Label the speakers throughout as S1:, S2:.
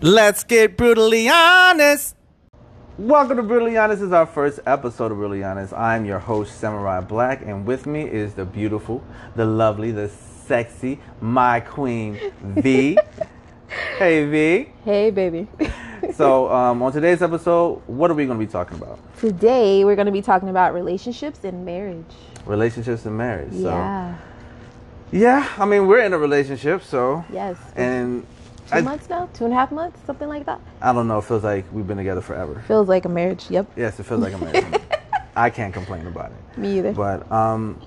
S1: Let's get brutally honest. Welcome to Brutally Honest. This is our first episode of Brutally Honest. I'm your host, Samurai Black, and with me is the beautiful, the lovely, the sexy, my queen, V. hey, V.
S2: Hey, baby.
S1: So, um, on today's episode, what are we going to be talking about?
S2: Today, we're going to be talking about relationships and marriage.
S1: Relationships and marriage. So,
S2: yeah.
S1: yeah, I mean, we're in a relationship, so.
S2: Yes.
S1: And
S2: Two
S1: I,
S2: months now? Two and a half months? Something like that?
S1: I don't know, it feels like we've been together forever.
S2: Feels like a marriage. Yep.
S1: Yes, it feels like a marriage. I can't complain about it.
S2: Me either.
S1: But um,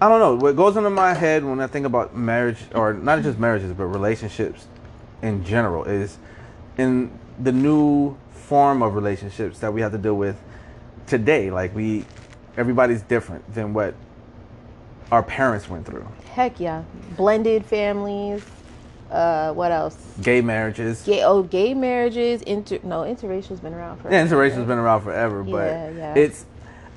S1: I don't know. What goes into my head when I think about marriage, or not just marriages, but relationships in general, is in the new form of relationships that we have to deal with today. Like we, everybody's different than what our parents went through.
S2: Heck yeah. Blended families. Uh, what else?
S1: Gay marriages.
S2: Gay, oh, gay marriages. Inter, no, interracial's been around for.
S1: Yeah, interracial's been around forever, but
S2: Yeah, yeah.
S1: it's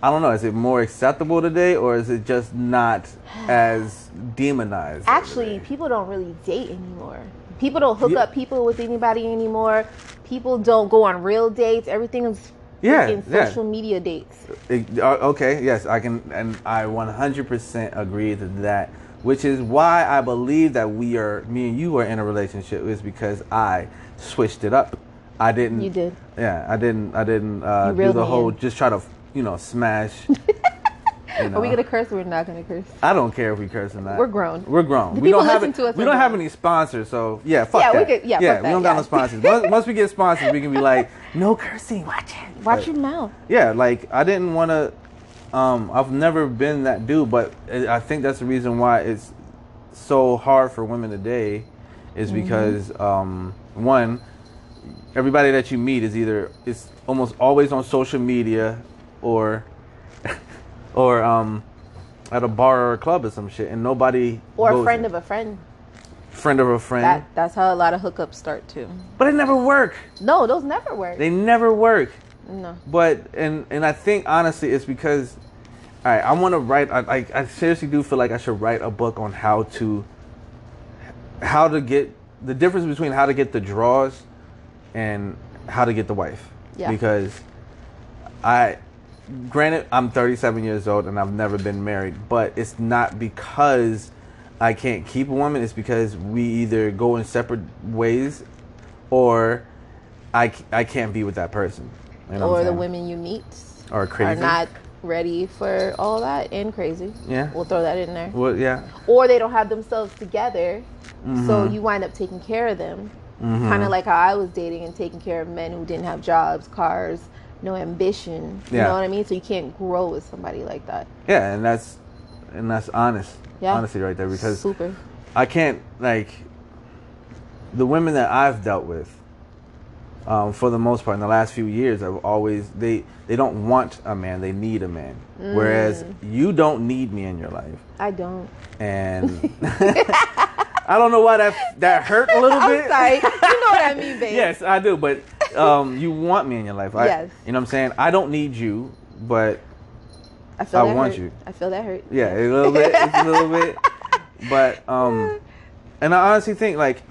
S1: I don't know, is it more acceptable today or is it just not as demonized?
S2: Actually, people don't really date anymore. People don't hook
S1: Yeah.
S2: up people with anybody anymore. People don't go on real dates. Everything is
S1: Yeah,
S2: freaking
S1: yeah.
S2: social media dates.
S1: It- uh, okay, yes, I can and I 100% agree to that, which is why I believe that we are me and you are in a relationship is because I switched it up. I didn't
S2: You did.
S1: Yeah, I didn't I didn't uh,
S2: You
S1: do
S2: reeled
S1: the
S2: me
S1: whole
S2: in.
S1: just try to, you know, smash you
S2: Are we
S1: know.
S2: gonna curse? Or we're not gonna curse.
S1: I don't care if we curse or not.
S2: We're grown.
S1: We're grown.
S2: The
S1: we
S2: people
S1: don't have
S2: listen to us
S1: We
S2: are
S1: don't have
S2: grown.
S1: any sponsors, so yeah, fuck
S2: Yeah, we
S1: that.
S2: could- yeah, fuck
S1: we don't
S2: that,
S1: got no
S2: yeah.
S1: sponsors. once, once we get sponsors, we can be like, no cursing, watch it.
S2: Watch
S1: But-
S2: your mouth.
S1: Yeah, like I didn't want to. Um, I've never been that dude, but I I think that's the reason why it's so hard for women today, is
S2: Mm-hmm.
S1: because um, one, everybody that you meet is either it's almost always on social media, or, or um, at a bar or a club or some shit, and nobody
S2: Or a
S1: goes-
S2: friend of a friend.
S1: friend of a friend,
S2: That that's how a lot of hookups start too.
S1: but it never work.
S2: No, those never work.
S1: They never work.
S2: no.
S1: But and and I think honestly, it's because, all right, I want to write. I, I I seriously do feel like I should write a book on how to, how to get the difference between how to get the draws, and how to get the wife.
S2: Yeah.
S1: Because, I, granted, I'm 37 years old and I've never been married, but it's not because. I can't keep a woman. It's because we either go in separate ways, or I, c- I can't be with that person. You know what I'm
S2: Or the
S1: saying?
S2: women you meet
S1: Are crazy.
S2: not ready for all that and crazy.
S1: Yeah.
S2: We'll throw that in there.
S1: Well, yeah,
S2: Or they don't have themselves together. So
S1: Mm-hmm.
S2: you wind up taking care of them. Kind of like how I was dating and taking care of men who didn't have jobs, cars, no ambition. You
S1: Yeah.
S2: know what I mean? So you can't grow with somebody like that.
S1: yeah, and that's and that's honest,
S2: Yeah.
S1: honesty right there because
S2: Super.
S1: I can't like the women that I've dealt with. Um, for the most part, in the last few years, I've always they they don't want a man; they need a man.
S2: Mm.
S1: Whereas you don't need me in your life,
S2: I don't.
S1: and I don't know why that that hurt a little
S2: I'm
S1: bit.
S2: sorry. you know what I mean, babe.
S1: Yes, I do, but um, you want me in your life. I,
S2: Yes.
S1: You know what I'm saying? I don't need you, but
S2: I feel
S1: I
S2: that
S1: want
S2: hurt.
S1: you.
S2: I feel that hurt.
S1: yeah, a little bit, it's a little bit. But um, and I honestly think like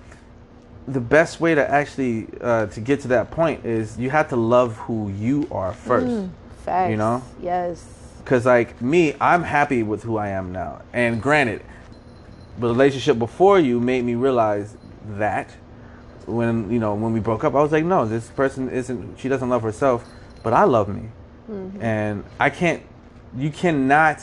S1: the best way to actually uh, to get to that point is you have to love who you are first.
S2: Facts.
S1: You know?
S2: Yes.
S1: Cause like me, I'm happy with who I am now. And granted, the relationship before you made me realize that when you know when we broke up, I was like, no, this person isn't. She doesn't love herself, but I love me, and I can't. You cannot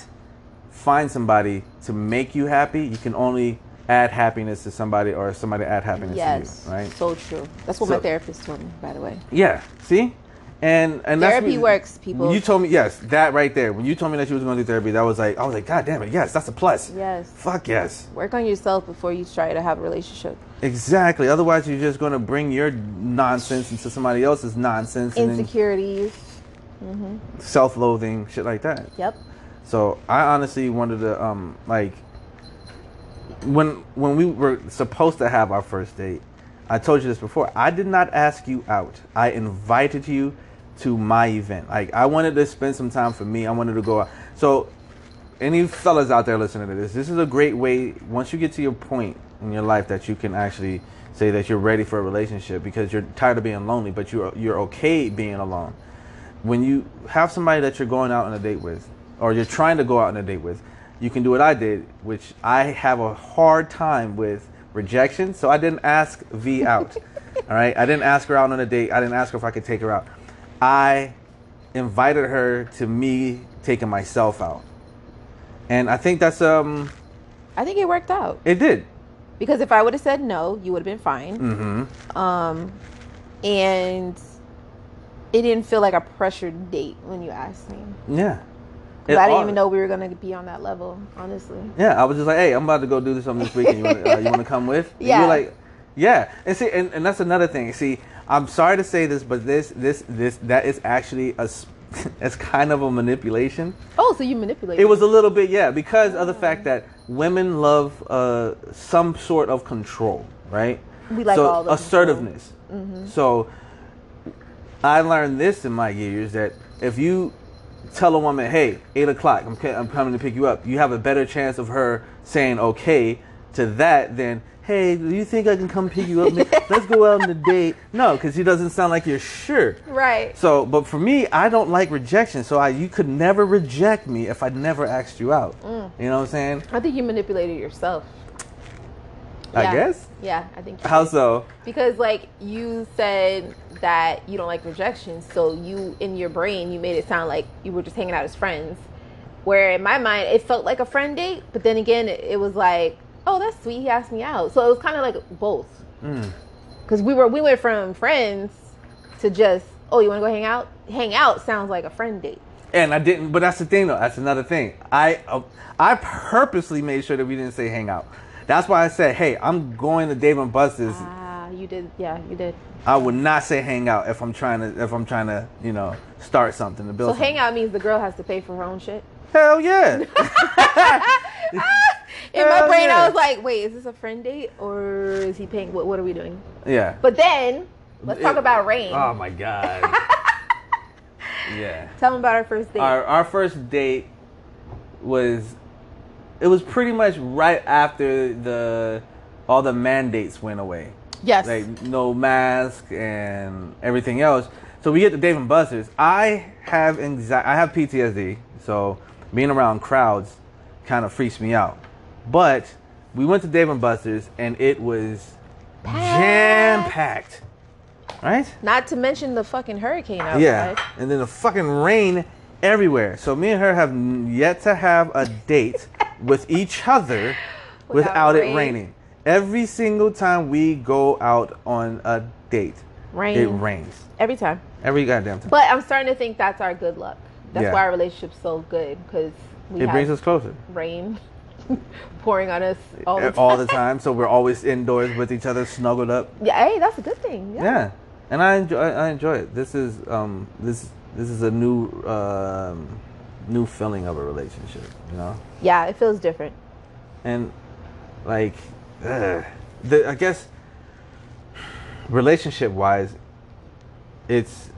S1: find somebody to make you happy. You can only add happiness to somebody, or somebody add happiness
S2: Yes.
S1: to you, right?
S2: So true. That's what
S1: So-
S2: my therapist told me, by the way.
S1: Yeah. See, and and that's
S2: Therapy works, people.
S1: When you told me yes, that right there. When you told me that you was going to do therapy, that was like I was like, God damn it, yes, that's a plus.
S2: Yes.
S1: Fuck yes.
S2: Work on yourself before you try to have a relationship.
S1: Exactly. Otherwise, you're just going to bring your nonsense into somebody else's nonsense and then
S2: Insecurities.
S1: self-loathing shit like that.
S2: Yep.
S1: So I honestly wanted to um like when when we were supposed to have our first date, I told you this before. I did not ask you out. I invited you to my event. Like I wanted to spend some time for me. I wanted to go out. So any fellas out there listening to this, this is a great way once you get to your point in your life that you can actually say that you're ready for a relationship because you're tired of being lonely, but you're you're okay being alone. When you have somebody that you're going out on a date with, or you're trying to go out on a date with, you can do what I did, which I have a hard time with rejection. So I didn't ask V out. all right, I didn't ask her out on a date. I didn't ask her if I could take her out. I invited her to me taking myself out, and I think that's um,
S2: I think it worked out
S1: it did.
S2: because if I would have said no, you would have been fine.
S1: Mm-hmm.
S2: Um, and it didn't feel like a pressured date when you asked me.
S1: Yeah.
S2: 'Cause
S1: It
S2: I didn't
S1: all-
S2: even know we were gonna be on that level, honestly.
S1: Yeah, I was just like, hey, I'm about to go do something this weekend. You want to uh, you wanna come with? And You
S2: Yeah.
S1: were like, yeah. And see, and, and that's another thing. See, I'm sorry to say this, but this, this, this, that is actually a, s- it's kind of a manipulation.
S2: Oh, so you manipulated?
S1: It was a little bit, yeah, because of the fact that women love uh, some sort of control, right?
S2: We like
S1: so
S2: all the control. Mm-hmm.
S1: assertiveness. So I learned this in my years that if you tell a woman, "Hey, eight o'clock, I'm, ca- I'm coming to pick you up," you have a better chance of her saying okay to that than, "Hey, do you think I can come pick you up? Let's go out on a date." No, because she doesn't sound like you're sure.
S2: right.
S1: So, but for me, I don't like rejection. So I, you could never reject me if I never asked you out.
S2: Mm.
S1: You know what I'm saying?
S2: I think you manipulated yourself.
S1: I
S2: Yeah.
S1: guess.
S2: Yeah, I think. you
S1: How
S2: did.
S1: so?
S2: Because like you said that you don't like rejection, so you in your brain you made it sound like you were just hanging out as friends. Where in my mind it felt like a friend date, but then again it, it was like, oh that's sweet, he asked me out. So it was kind of like both.
S1: Hmm.
S2: Because we were we went from friends to just oh you want to go hang out? Hang out sounds like a friend date.
S1: And I didn't. But that's the thing, though. That's another thing. I, uh, I purposely made sure that we didn't say hang out. That's why I said, hey, I'm going to Dave and Buster's.
S2: Ah, you did, yeah, you did.
S1: I would not say hang out if I'm trying to if I'm trying to you know start something to build.
S2: So hang out means the girl has to pay for her own shit.
S1: Hell yeah.
S2: In my
S1: Hell
S2: brain,
S1: yeah.
S2: I was like, wait, is this a friend date or is he paying? What, what are we doing?
S1: yeah.
S2: But then, let's talk
S1: It-
S2: about rain.
S1: Oh my god. yeah.
S2: Tell him about our first date.
S1: our our first date was it was pretty much right after the all the mandates went away
S2: yes.
S1: like no mask and everything else so we get to dave and buster's i have anxiety i have ptsd so being around crowds kind of freaks me out but we went to dave and buster's and it was jam packed right
S2: Not to mention the fucking hurricane outside.
S1: yeah, and then the fucking rain everywhere. So me and her have n- yet to have a date with each other without,
S2: Without
S1: it
S2: rain.
S1: raining. Every single time we go out on a date,
S2: Rain.
S1: it rains
S2: Every time.
S1: every goddamn time.
S2: But I'm starting to think that's our good luck. That's
S1: Yeah.
S2: why our relationship's so good because we
S1: it
S2: have
S1: brings us closer
S2: rain pouring on us all the
S1: Uh,
S2: time.
S1: all the time. So we're always indoors with each other, snuggled up.
S2: yeah, hey, that's a good thing. Yeah.
S1: Yeah, and I enjoy. I I enjoy it. This is um this this is a new um new feeling of a relationship. You know.
S2: yeah, it feels different.
S1: and like ugh. the I guess relationship wise, it's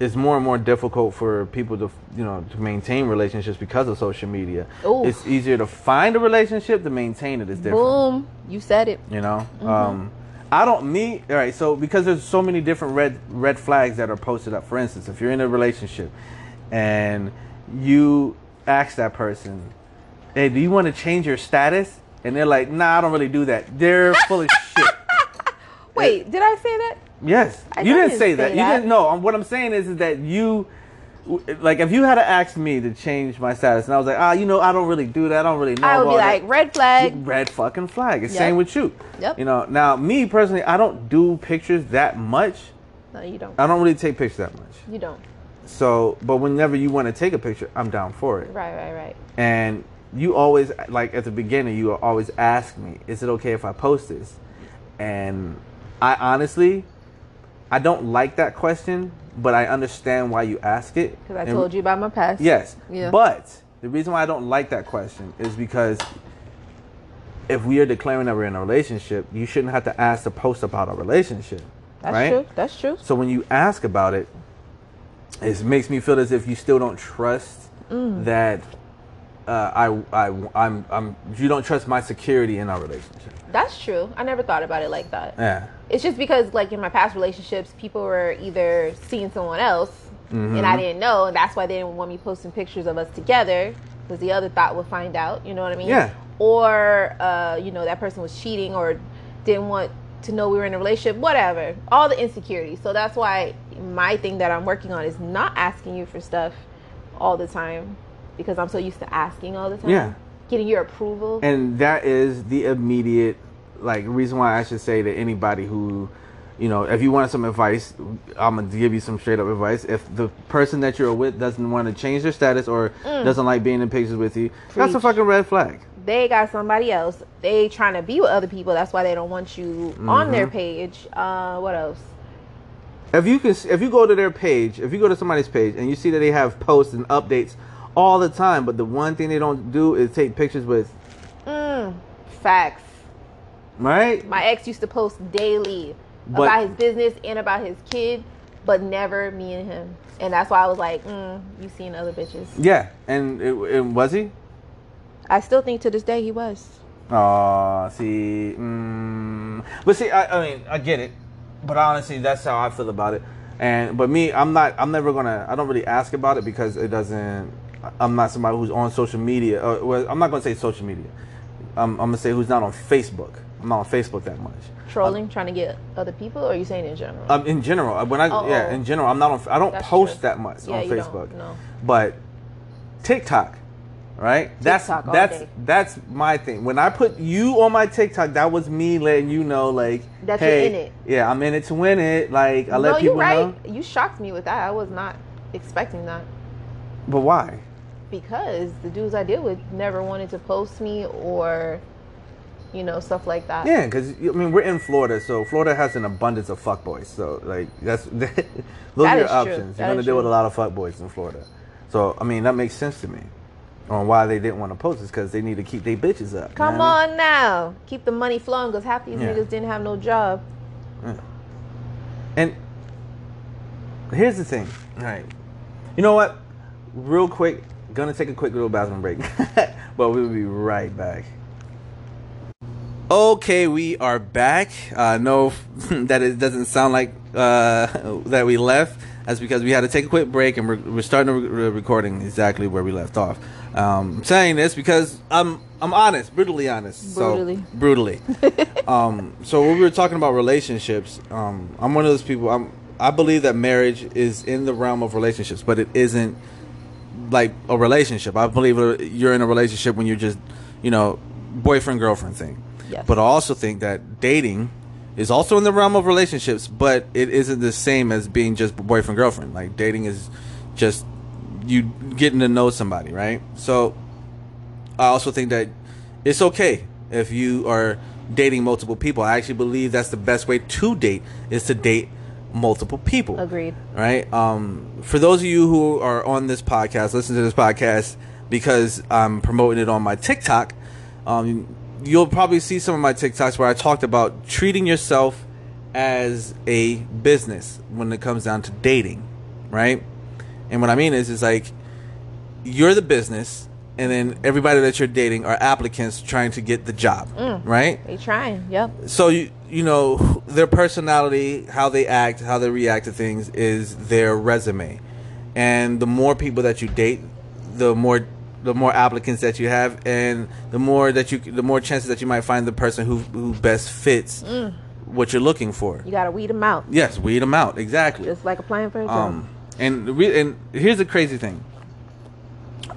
S1: it's more and more difficult for people to you know to maintain relationships because of social media.
S2: Ooh.
S1: It's easier to find a relationship to maintain it is different.
S2: Boom. You said it.
S1: You know,
S2: Mm-hmm.
S1: um, I don't me. All right, so because there's so many different red red flags that are posted up. For instance, if you're in a relationship and you ask that person, "Hey, do you want to change your status?" and they're like, "Nah, I don't really do that." They're full of shit.
S2: Wait, did I say that?
S1: Yes,
S2: I
S1: you
S2: know I
S1: didn't say,
S2: didn't say
S1: that. You
S2: that.
S1: didn't. No, um, what I'm saying is, is that you, like, if you had to ask me to change my status, and I was like, "Ah, you know, I don't really do that. I don't really know."
S2: I would be
S1: about
S2: like,
S1: it."
S2: red flag.
S1: red fucking flag. It's
S2: Yep.
S1: same with you.
S2: Yep.
S1: You know, now me personally, I don't do pictures that much.
S2: No, you don't.
S1: I don't really take pictures that much.
S2: You don't.
S1: So, but whenever you want to take a picture, I'm down for it.
S2: Right, right, right.
S1: And you always like at the beginning, you always ask me, "Is it okay if I post this?" And I honestly, I don't like that question, but I understand why you ask it.
S2: Because I
S1: And-
S2: told you about my past.
S1: Yes.
S2: Yeah.
S1: But the reason why I don't like that question is because if we are declaring that we're in a relationship, you shouldn't have to ask to post about a relationship.
S2: That's
S1: right?
S2: true. That's true.
S1: So when you ask about
S2: Mm.
S1: it, it makes me feel as if you still don't trust that uh, I, I, I'm, I'm, you don't trust my security in our relationship.
S2: That's true. I never thought about it like that.
S1: Yeah.
S2: It's just because, like, in my past relationships, people were either seeing someone else and
S1: Mm-hmm.
S2: I didn't know, and that's why they didn't want me posting pictures of us together because the other thought would find out, you know what I mean?
S1: Yeah.
S2: Or, uh, you know, that person was cheating or didn't want to know we were in a relationship, whatever. All the insecurities. So that's why my thing that I'm working on is not asking you for stuff all the time because I'm so used to asking all the time.
S1: Yeah.
S2: Getting your approval.
S1: And that is the immediate, like, reason why I should say to anybody who, you know, if you want some advice, I'm gonna give you some straight up advice. If the person that you're with doesn't want to change their status or doesn't like being in pictures with you, that's a
S2: Mm. Preach.
S1: fucking red flag.
S2: they got somebody else. They trying to be with other people. That's why they don't want you on their
S1: Mm-hmm.
S2: page. Uh, what else?
S1: If you can, if you go to their page, if you go to somebody's page and you see that they have posts and updates all the time, but the one thing they don't do is take pictures with,
S2: Mm, facts.
S1: right?
S2: My ex used to post daily
S1: But-
S2: about his business and about his kid, but never me and him. And that's why I was like, mm, you seen other bitches.
S1: Yeah, and it, and was he?
S2: I still think to this day he was.
S1: Oh, see, mm, but see, I, I mean, I get it, but honestly, that's how I feel about it. And but me, I'm not, I'm never gonna, I don't really ask about it because it doesn't. I'm not somebody who's on social media. Or, well, I'm not gonna say social media. I'm, I'm gonna say who's not on Facebook. I'm not on Facebook that much.
S2: Trolling, trying to get other people, or are you saying in general?
S1: Um, in general, uh, when I
S2: Oh,
S1: yeah,
S2: oh.
S1: in general, I'm not on. I don't
S2: That's
S1: post
S2: true.
S1: that much
S2: Yeah,
S1: on
S2: you don't,
S1: Facebook.
S2: no.
S1: But TikTok, right? that's
S2: TikTok all
S1: that's
S2: day.
S1: that's my thing. When I put you on my TikTok, that was me letting you know, like,
S2: That you're
S1: hey,
S2: in it.
S1: yeah, I'm in it to win it. Like, I let
S2: no,
S1: people
S2: you right.
S1: know.
S2: You shocked me with that. I was not expecting that.
S1: But why?
S2: because the dudes I deal with never wanted to post me or, you know, stuff like that.
S1: Yeah, because I mean we're in Florida, so Florida has an abundance of fuckboys. So like that's those
S2: That
S1: are your
S2: is true.
S1: options.
S2: That
S1: You're gonna
S2: is
S1: deal with a
S2: true.
S1: lot of fuckboys in Florida. So I mean that makes sense to me on why they didn't want to post this because they need to keep their bitches up. you
S2: Come
S1: know what I mean?
S2: on now, keep the money flowing because half these
S1: Yeah.
S2: niggas didn't have no job.
S1: And here's the thing. All right. You know what? Real quick, gonna take a quick little bathroom break. but we'll be right back. Okay, we are back. Uh, no, that it doesn't sound like uh, that we left. That's because we had to take a quick break and we're, we're starting the re- recording exactly where we left off. Um, I'm saying this because I'm I'm honest, brutally honest.
S2: Brutally.
S1: So, brutally. um, so when we were talking about relationships, um, I'm one of those people. I'm I believe that marriage is in the realm of relationships, but it isn't like a relationship. I believe uh, you're in a relationship when you're just, you know, boyfriend girlfriend thing.
S2: Yes.
S1: But I also think that dating is also in the realm of relationships, but it isn't the same as being just boyfriend girlfriend. Like dating is just you getting to know somebody, right? So I also think that it's okay if you are dating multiple people. I actually believe that's the best way to date is to date multiple people.
S2: Agreed.
S1: Right. Um, for those of you who are on this podcast, listen to this podcast because I'm promoting it on my TikTok. Um, you'll probably see some of my TikToks where I talked about treating yourself as a business when it comes down to dating, right? And what I mean is, is like you're the business, and then everybody that you're dating are applicants trying to get the job, right?
S2: They trying, yep.
S1: so you you know their personality, how they act, how they react to things is their resume, and the more people that you date, the more the more applicants that you have, and the more that you the more chances that you might find the person who who best fits what you're looking for.
S2: You gotta weed them out,
S1: Yes, weed them out exactly.
S2: just like applying for a job.
S1: Um, and the re- and here's the crazy thing.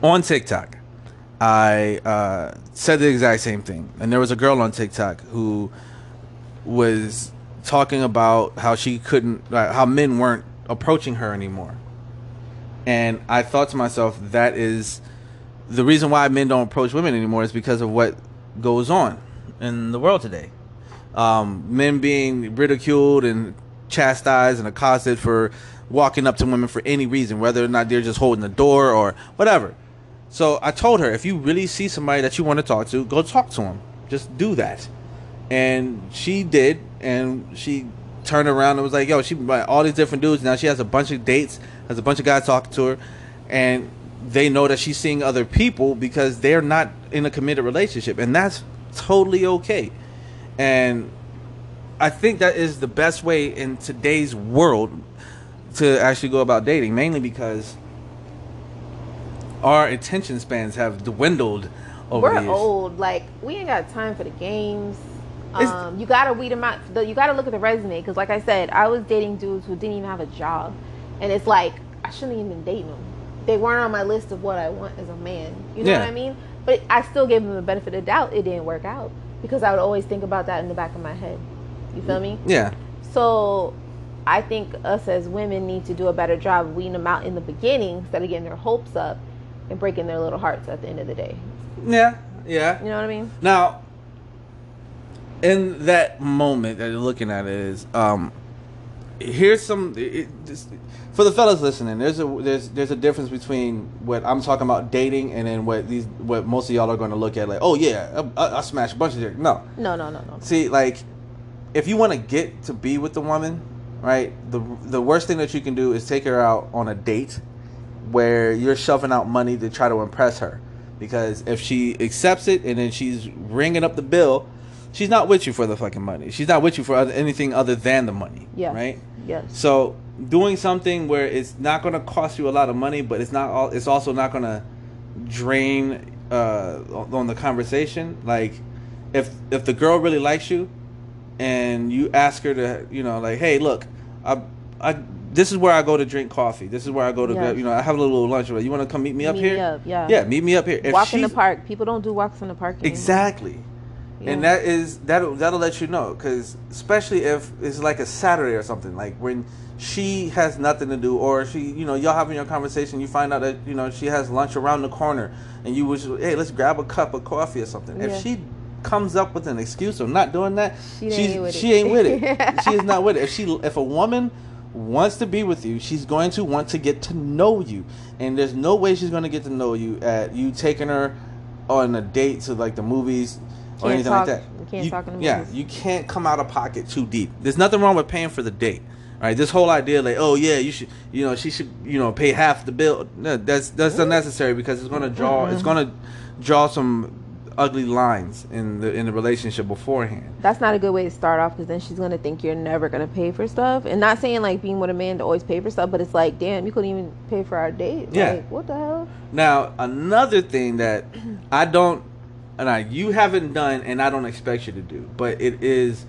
S1: On TikTok, I uh, said the exact same thing, and there was a girl on TikTok who was talking about how she couldn't, uh, how men weren't approaching her anymore. And I thought to myself, that is the reason why men don't approach women anymore is because of what goes on in the world today. Um, men being ridiculed and chastised and accosted for walking up to women for any reason, whether or not they're just holding the door or whatever. So I told her, if you really see somebody that you want to talk to, go talk to him. Just do that. And she did, and she turned around and was like, "Yo, she met all these different dudes now. She has a bunch of dates, has a bunch of guys talking to her, and they know that she's seeing other people because they're not in a committed relationship and that's totally okay and i think that is the best way in today's world to actually go about dating mainly because our attention spans have dwindled over
S2: We're
S1: the years.
S2: old. Like we ain't got time for the games.
S1: It's-
S2: Um, you gotta weed them out. the- You gotta look at the resume because, like I said, I was dating dudes who didn't even have a job, and it's like I shouldn't even been dating them. They weren't on my list of what I want as a man. You know
S1: Yeah.
S2: what I mean? But I still gave them the benefit of doubt. It didn't work out because I would always think about that in the back of my head. You feel me?
S1: yeah
S2: So I think us as women need to do a better job of weeding them out in the beginning instead of getting their hopes up and breaking their little hearts at the end of the day.
S1: yeah yeah
S2: You know what I mean?
S1: Now, in that moment that you're looking at it is, um, here's some it, it- this- for the fellas listening. There's a there's there's a difference between what I'm talking about dating and then what these what most of y'all are going to look at like, oh yeah, I, I, I smashed a bunch of dick. No,
S2: No, no, no, no.
S1: see like if you want to get to be with the woman right the the worst thing that you can do is take her out on a date where you're shoving out money to try to impress her because if she accepts it and then she's ringing up the bill she's not with you for the fucking money she's not with you for other, anything other than the money
S2: Yeah.
S1: right
S2: Yes.
S1: so doing something where it's not going to cost you a lot of money, but it's not all. It's also not going to drain uh, on the conversation. Like if if the girl really likes you, and you ask her to, you know, like, hey, look, I I this is where I go to drink coffee. This is where I go to,
S2: Yeah.
S1: go, you know, I have a little lunch. You want to come meet me up
S2: Meet me
S1: here?
S2: up, yeah.
S1: Yeah, meet me up here. If
S2: Walk in the
S1: she's-
S2: park. People don't do walks in the park. anymore.
S1: Exactly. And
S2: Yeah.
S1: that is that that'll let you know cuz especially if it's like a Saturday or something like when she has nothing to do or she you know y'all having your conversation you find out that you know she has lunch around the corner and you wish hey let's grab a cup of coffee or something.
S2: Yeah.
S1: If she comes up with an excuse of not doing that
S2: She ain't
S1: she's-
S2: with it.
S1: she ain't with it. she is not with it. If she if a woman wants to be with you, she's going to want to get to know you. And there's no way she's going to get to know you at you taking her on a date to like the movies or
S2: Can't
S1: anything
S2: talk-
S1: like that.
S2: you can't talk in the
S1: yeah,
S2: movies.
S1: you can't come out of pocket too deep. There's nothing wrong with paying for the date. All right, this whole idea like, oh yeah, you should, you know, she should, you know, pay half the bill. No, that's that's unnecessary because it's gonna draw, it's gonna draw some ugly lines in the in the relationship beforehand.
S2: That's not a good way to start off because then she's gonna think you're never gonna pay for stuff. And not saying like being with a man to always pay for stuff, but it's like, damn, you couldn't even pay for our date.
S1: Yeah.
S2: Like, what the hell?
S1: Now, another thing that I don't, and I you haven't done, and I don't expect you to do, but it is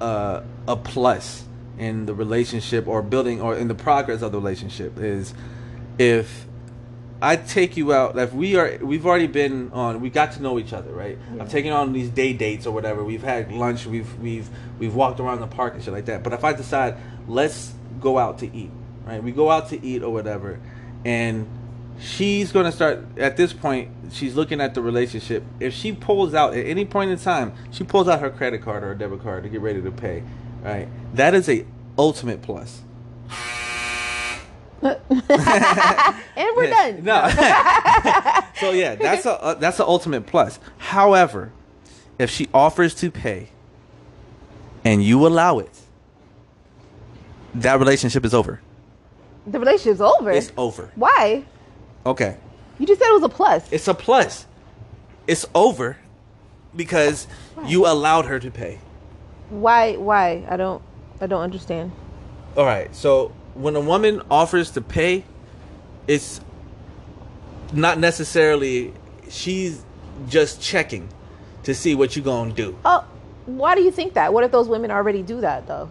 S1: uh, a plus in the relationship or building or in the progress of the relationship is if I take you out, if we are, we've already been on, we got to know each other, right?
S2: Yeah.
S1: I've taken on these day dates or whatever. We've had lunch, we've we've we've walked around the park and shit like that. But if I decide let's go out to eat, right? We go out to eat or whatever, and she's gonna start at this point. She's looking at the relationship. If she pulls out at any point in time, she pulls out her credit card or her debit card to get ready to pay, right? That is a ultimate plus.
S2: and we're done.
S1: No. so yeah, that's a uh, that's the ultimate plus. However, if she offers to pay and you allow it, that relationship is over.
S2: The relationship's over.
S1: It's over.
S2: Why?
S1: Okay.
S2: You just said it was a plus.
S1: It's a plus. It's over because you allowed her to pay.
S2: why? Why? I don't. I don't understand.
S1: All right. So when a woman offers to pay, it's not necessarily she's just checking to see what you gonna do.
S2: Oh, why do you think that? What if those women already do that though?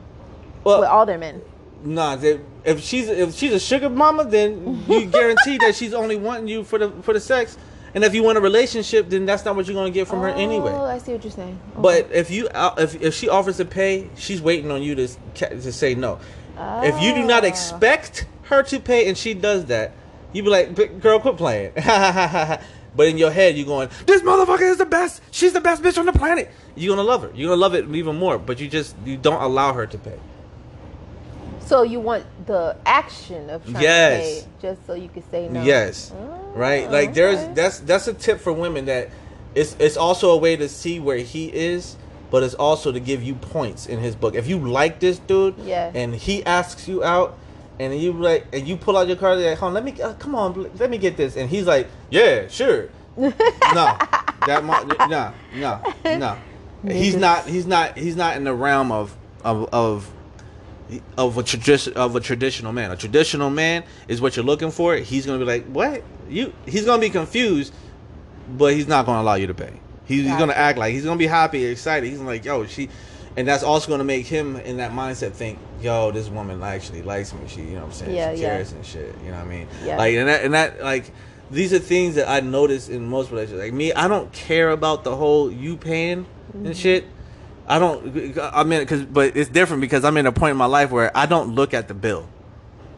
S1: Well,
S2: With all their men.
S1: nah. They, if she's if she's a sugar mama, then you guarantee that she's only wanting you for the for the sex. And if you want a relationship, then that's not what you're gonna get from her anyway.
S2: Oh, I see what you're saying. Okay.
S1: But if you uh, if if she offers to pay, she's waiting on you to ca- to say no. If you do not
S2: Ah.
S1: expect her to pay and she does that, you be like, "But "Girl, quit playing." but in your head, you're going, "This motherfucker is the best. She's the best bitch on the planet." You're gonna love her. You're gonna love it even more. But you just you don't allow her to pay.
S2: so you want the action of trying
S1: Yes.
S2: to pay just so you could say no.
S1: Yes. right? Like there's
S2: Oh, okay.
S1: that's that's a tip for women that it's it's also a way to see where he is, but it's also to give you points in his book. If you like this dude
S2: Yeah.
S1: and he asks you out and you like and you pull out your card like, "Hold on, let me uh, come on, bl- let me get this," and he's like, "Yeah, sure." no, that mo- no, no, no. He's
S2: Niggas.
S1: not. He's not. He's not in the realm of of of of a tradition of a traditional man. A traditional man is what you're looking for. He's gonna be like, "What you?" He's gonna be confused, but he's not gonna allow you to pay. He's, he's gonna
S2: Gotcha.
S1: act like he's gonna be happy, excited. He's like, "Yo, she," and that's also gonna make him in that mindset think, "Yo, this woman actually likes me. She, you know what I'm saying?
S2: Yeah,
S1: she
S2: yeah.
S1: cares and shit. You know what I mean?
S2: Yeah.
S1: Like, and that, and that, like." These are things that I notice in most relationships. Like me, I don't care about the whole you paying
S2: Mm-hmm.
S1: and shit. I don't. I mean, because but it's different because I'm in a point in my life where I don't look at the bill.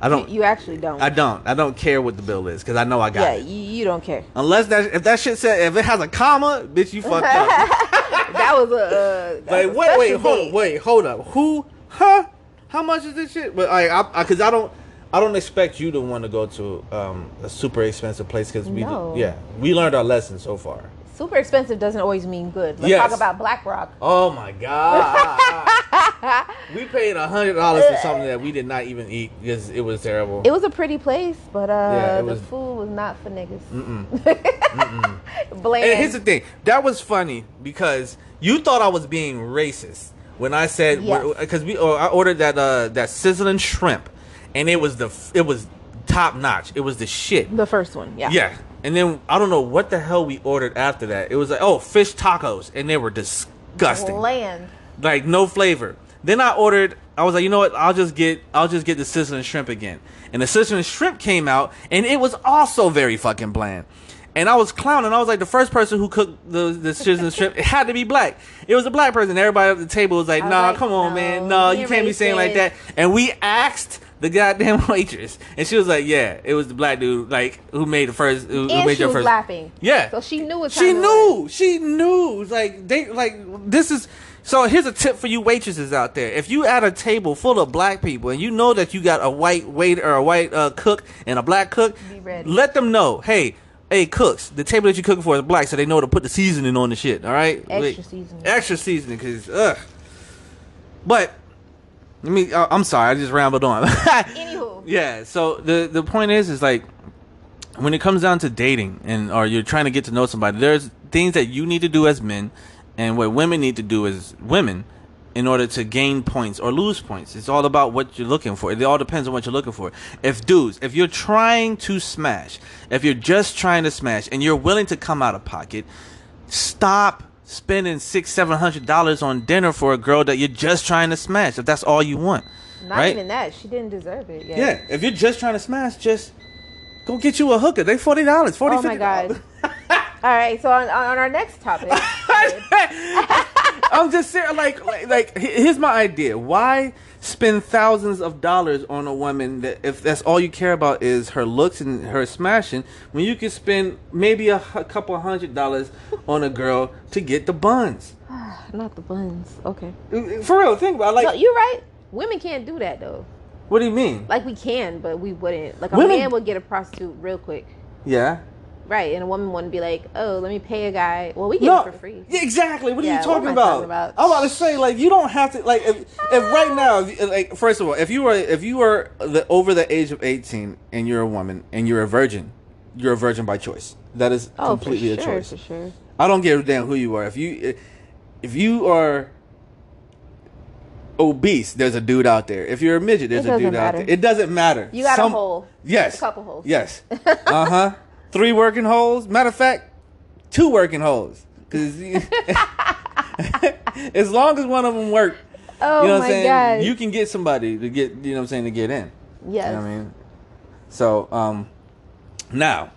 S1: I don't.
S2: You actually don't.
S1: I don't. I don't care what the bill is because I know I got
S2: yeah,
S1: it.
S2: you, you don't care.
S1: Unless that if that shit said if it has a comma, bitch, you fucked up.
S2: That was a. Uh, that
S1: like
S2: was a
S1: wait, wait,
S2: special
S1: hold,
S2: date.
S1: wait, hold up. Who? Huh? How much is this shit? But like, I, I, cause I don't, I don't expect you to want to go to um, a super expensive place because we,
S2: No.
S1: yeah, we learned our lesson so far.
S2: Super expensive doesn't always mean good. Let's
S1: Yes.
S2: talk about BlackRock.
S1: Oh my god. we paid a hundred dollars for something that we did not even eat because it was terrible.
S2: It was a pretty place, but uh,
S1: Yeah, it
S2: the
S1: was-
S2: food was not for niggas. Mm-mm. Bland.
S1: and here's the thing, that was funny because you thought I was being racist when I said
S2: Yes.
S1: because we or I ordered that uh that sizzling shrimp, and it was the f- it was top notch. It was the shit.
S2: The first one, yeah.
S1: Yeah. And then I don't know what the hell we ordered after that. It was like oh fish tacos, and they were disgusting.
S2: Bland.
S1: like no flavor. Then I ordered. I was like, you know what? I'll just get I'll just get the sizzling shrimp again. And the sizzling shrimp came out, and it was also very fucking bland. And I was clowning. I was like, the first person who cooked the the sizzling shrimp it had to be black. It was a black person. Everybody at the table was like,
S2: I was
S1: nah,
S2: like,
S1: come on,
S2: no,
S1: man, no,
S2: you
S1: you can't be saying like
S2: racist."
S1: that. And we asked the goddamn waitress, and she was like, yeah, it was the black dude like who made the first who, who
S2: And
S1: made
S2: she
S1: your
S2: was
S1: first
S2: laughing.
S1: Yeah.
S2: So she knew what
S1: She
S2: time it was.
S1: knew. She knew. Like they like this is so here's a tip for you waitresses out there. If you at a table full of black people and you know that you got a white waiter or a white uh, cook and a black cook,
S2: Be ready.
S1: let them know, "Hey, hey cooks, the table that you're cooking for is black, so they know to put the seasoning on the shit, all right?
S2: Extra
S1: Like,
S2: seasoning.
S1: Extra seasoning cuz ugh. But let me I- I'm sorry, I just rambled on.
S2: Anywho.
S1: Yeah, so the the point is is like when it comes down to dating and or you're trying to get to know somebody, there's things that you need to do as men and what women need to do as women in order to gain points or lose points. It's all about what you're looking for. It all depends on what you're looking for. If dudes, if you're trying to smash, if you're just trying to smash and you're willing to come out of pocket, stop spending six, seven hundred dollars on dinner for a girl that you're just trying to smash if that's all you want.
S2: Not
S1: right?
S2: even that. She didn't deserve it. Yet.
S1: Yeah, if you're just trying to smash, just go get you a hooker. They forty dollars, forty.
S2: Oh my god. All right. So on, on our next topic.
S1: I'm just serious. Like, like, like, he- here's my idea. Why spend thousands of dollars on a woman that if that's all you care about is her looks and her smashing, when you can spend maybe a, hu- couple hundred dollars on a girl to get the buns?
S2: Not the buns. Okay.
S1: For real, think about it.
S2: So
S1: like.
S2: you're right. Women can't do that though.
S1: What do you mean?
S2: Like we can, but we wouldn't. Like a
S1: Women-
S2: man would get a prostitute real quick.
S1: Yeah.
S2: Right, and a woman wouldn't be like, "Oh, let me pay a guy." Well, we get it for free.
S1: Yeah, exactly. What are
S2: Yeah,
S1: you
S2: what
S1: talking
S2: am I
S1: about?
S2: talking about?
S1: I'm about to say like you don't have to like if, if right now if- like first of all if you are if you are the, over the age of 18 and you're a woman and you're a virgin, you're a virgin by choice. That is
S2: Oh,
S1: completely
S2: for sure,
S1: a choice.
S2: for sure.
S1: I don't give a damn who you are. If you if you are obese, there's a dude out there. If you're a midget, there's
S2: It
S1: a dude
S2: doesn't
S1: out
S2: matter.
S1: there. It doesn't matter.
S2: You got a
S1: Some-
S2: hole.
S1: Yes.
S2: A couple holes.
S1: Yes. Uh huh. Three working holes. Matter of fact, two working holes. Cause you- as long as one of them work,
S2: Oh
S1: you know what
S2: my
S1: I'm saying.
S2: god.
S1: You can get somebody to get. You know what I'm saying to get in.
S2: Yes.
S1: You know what I mean, so um, now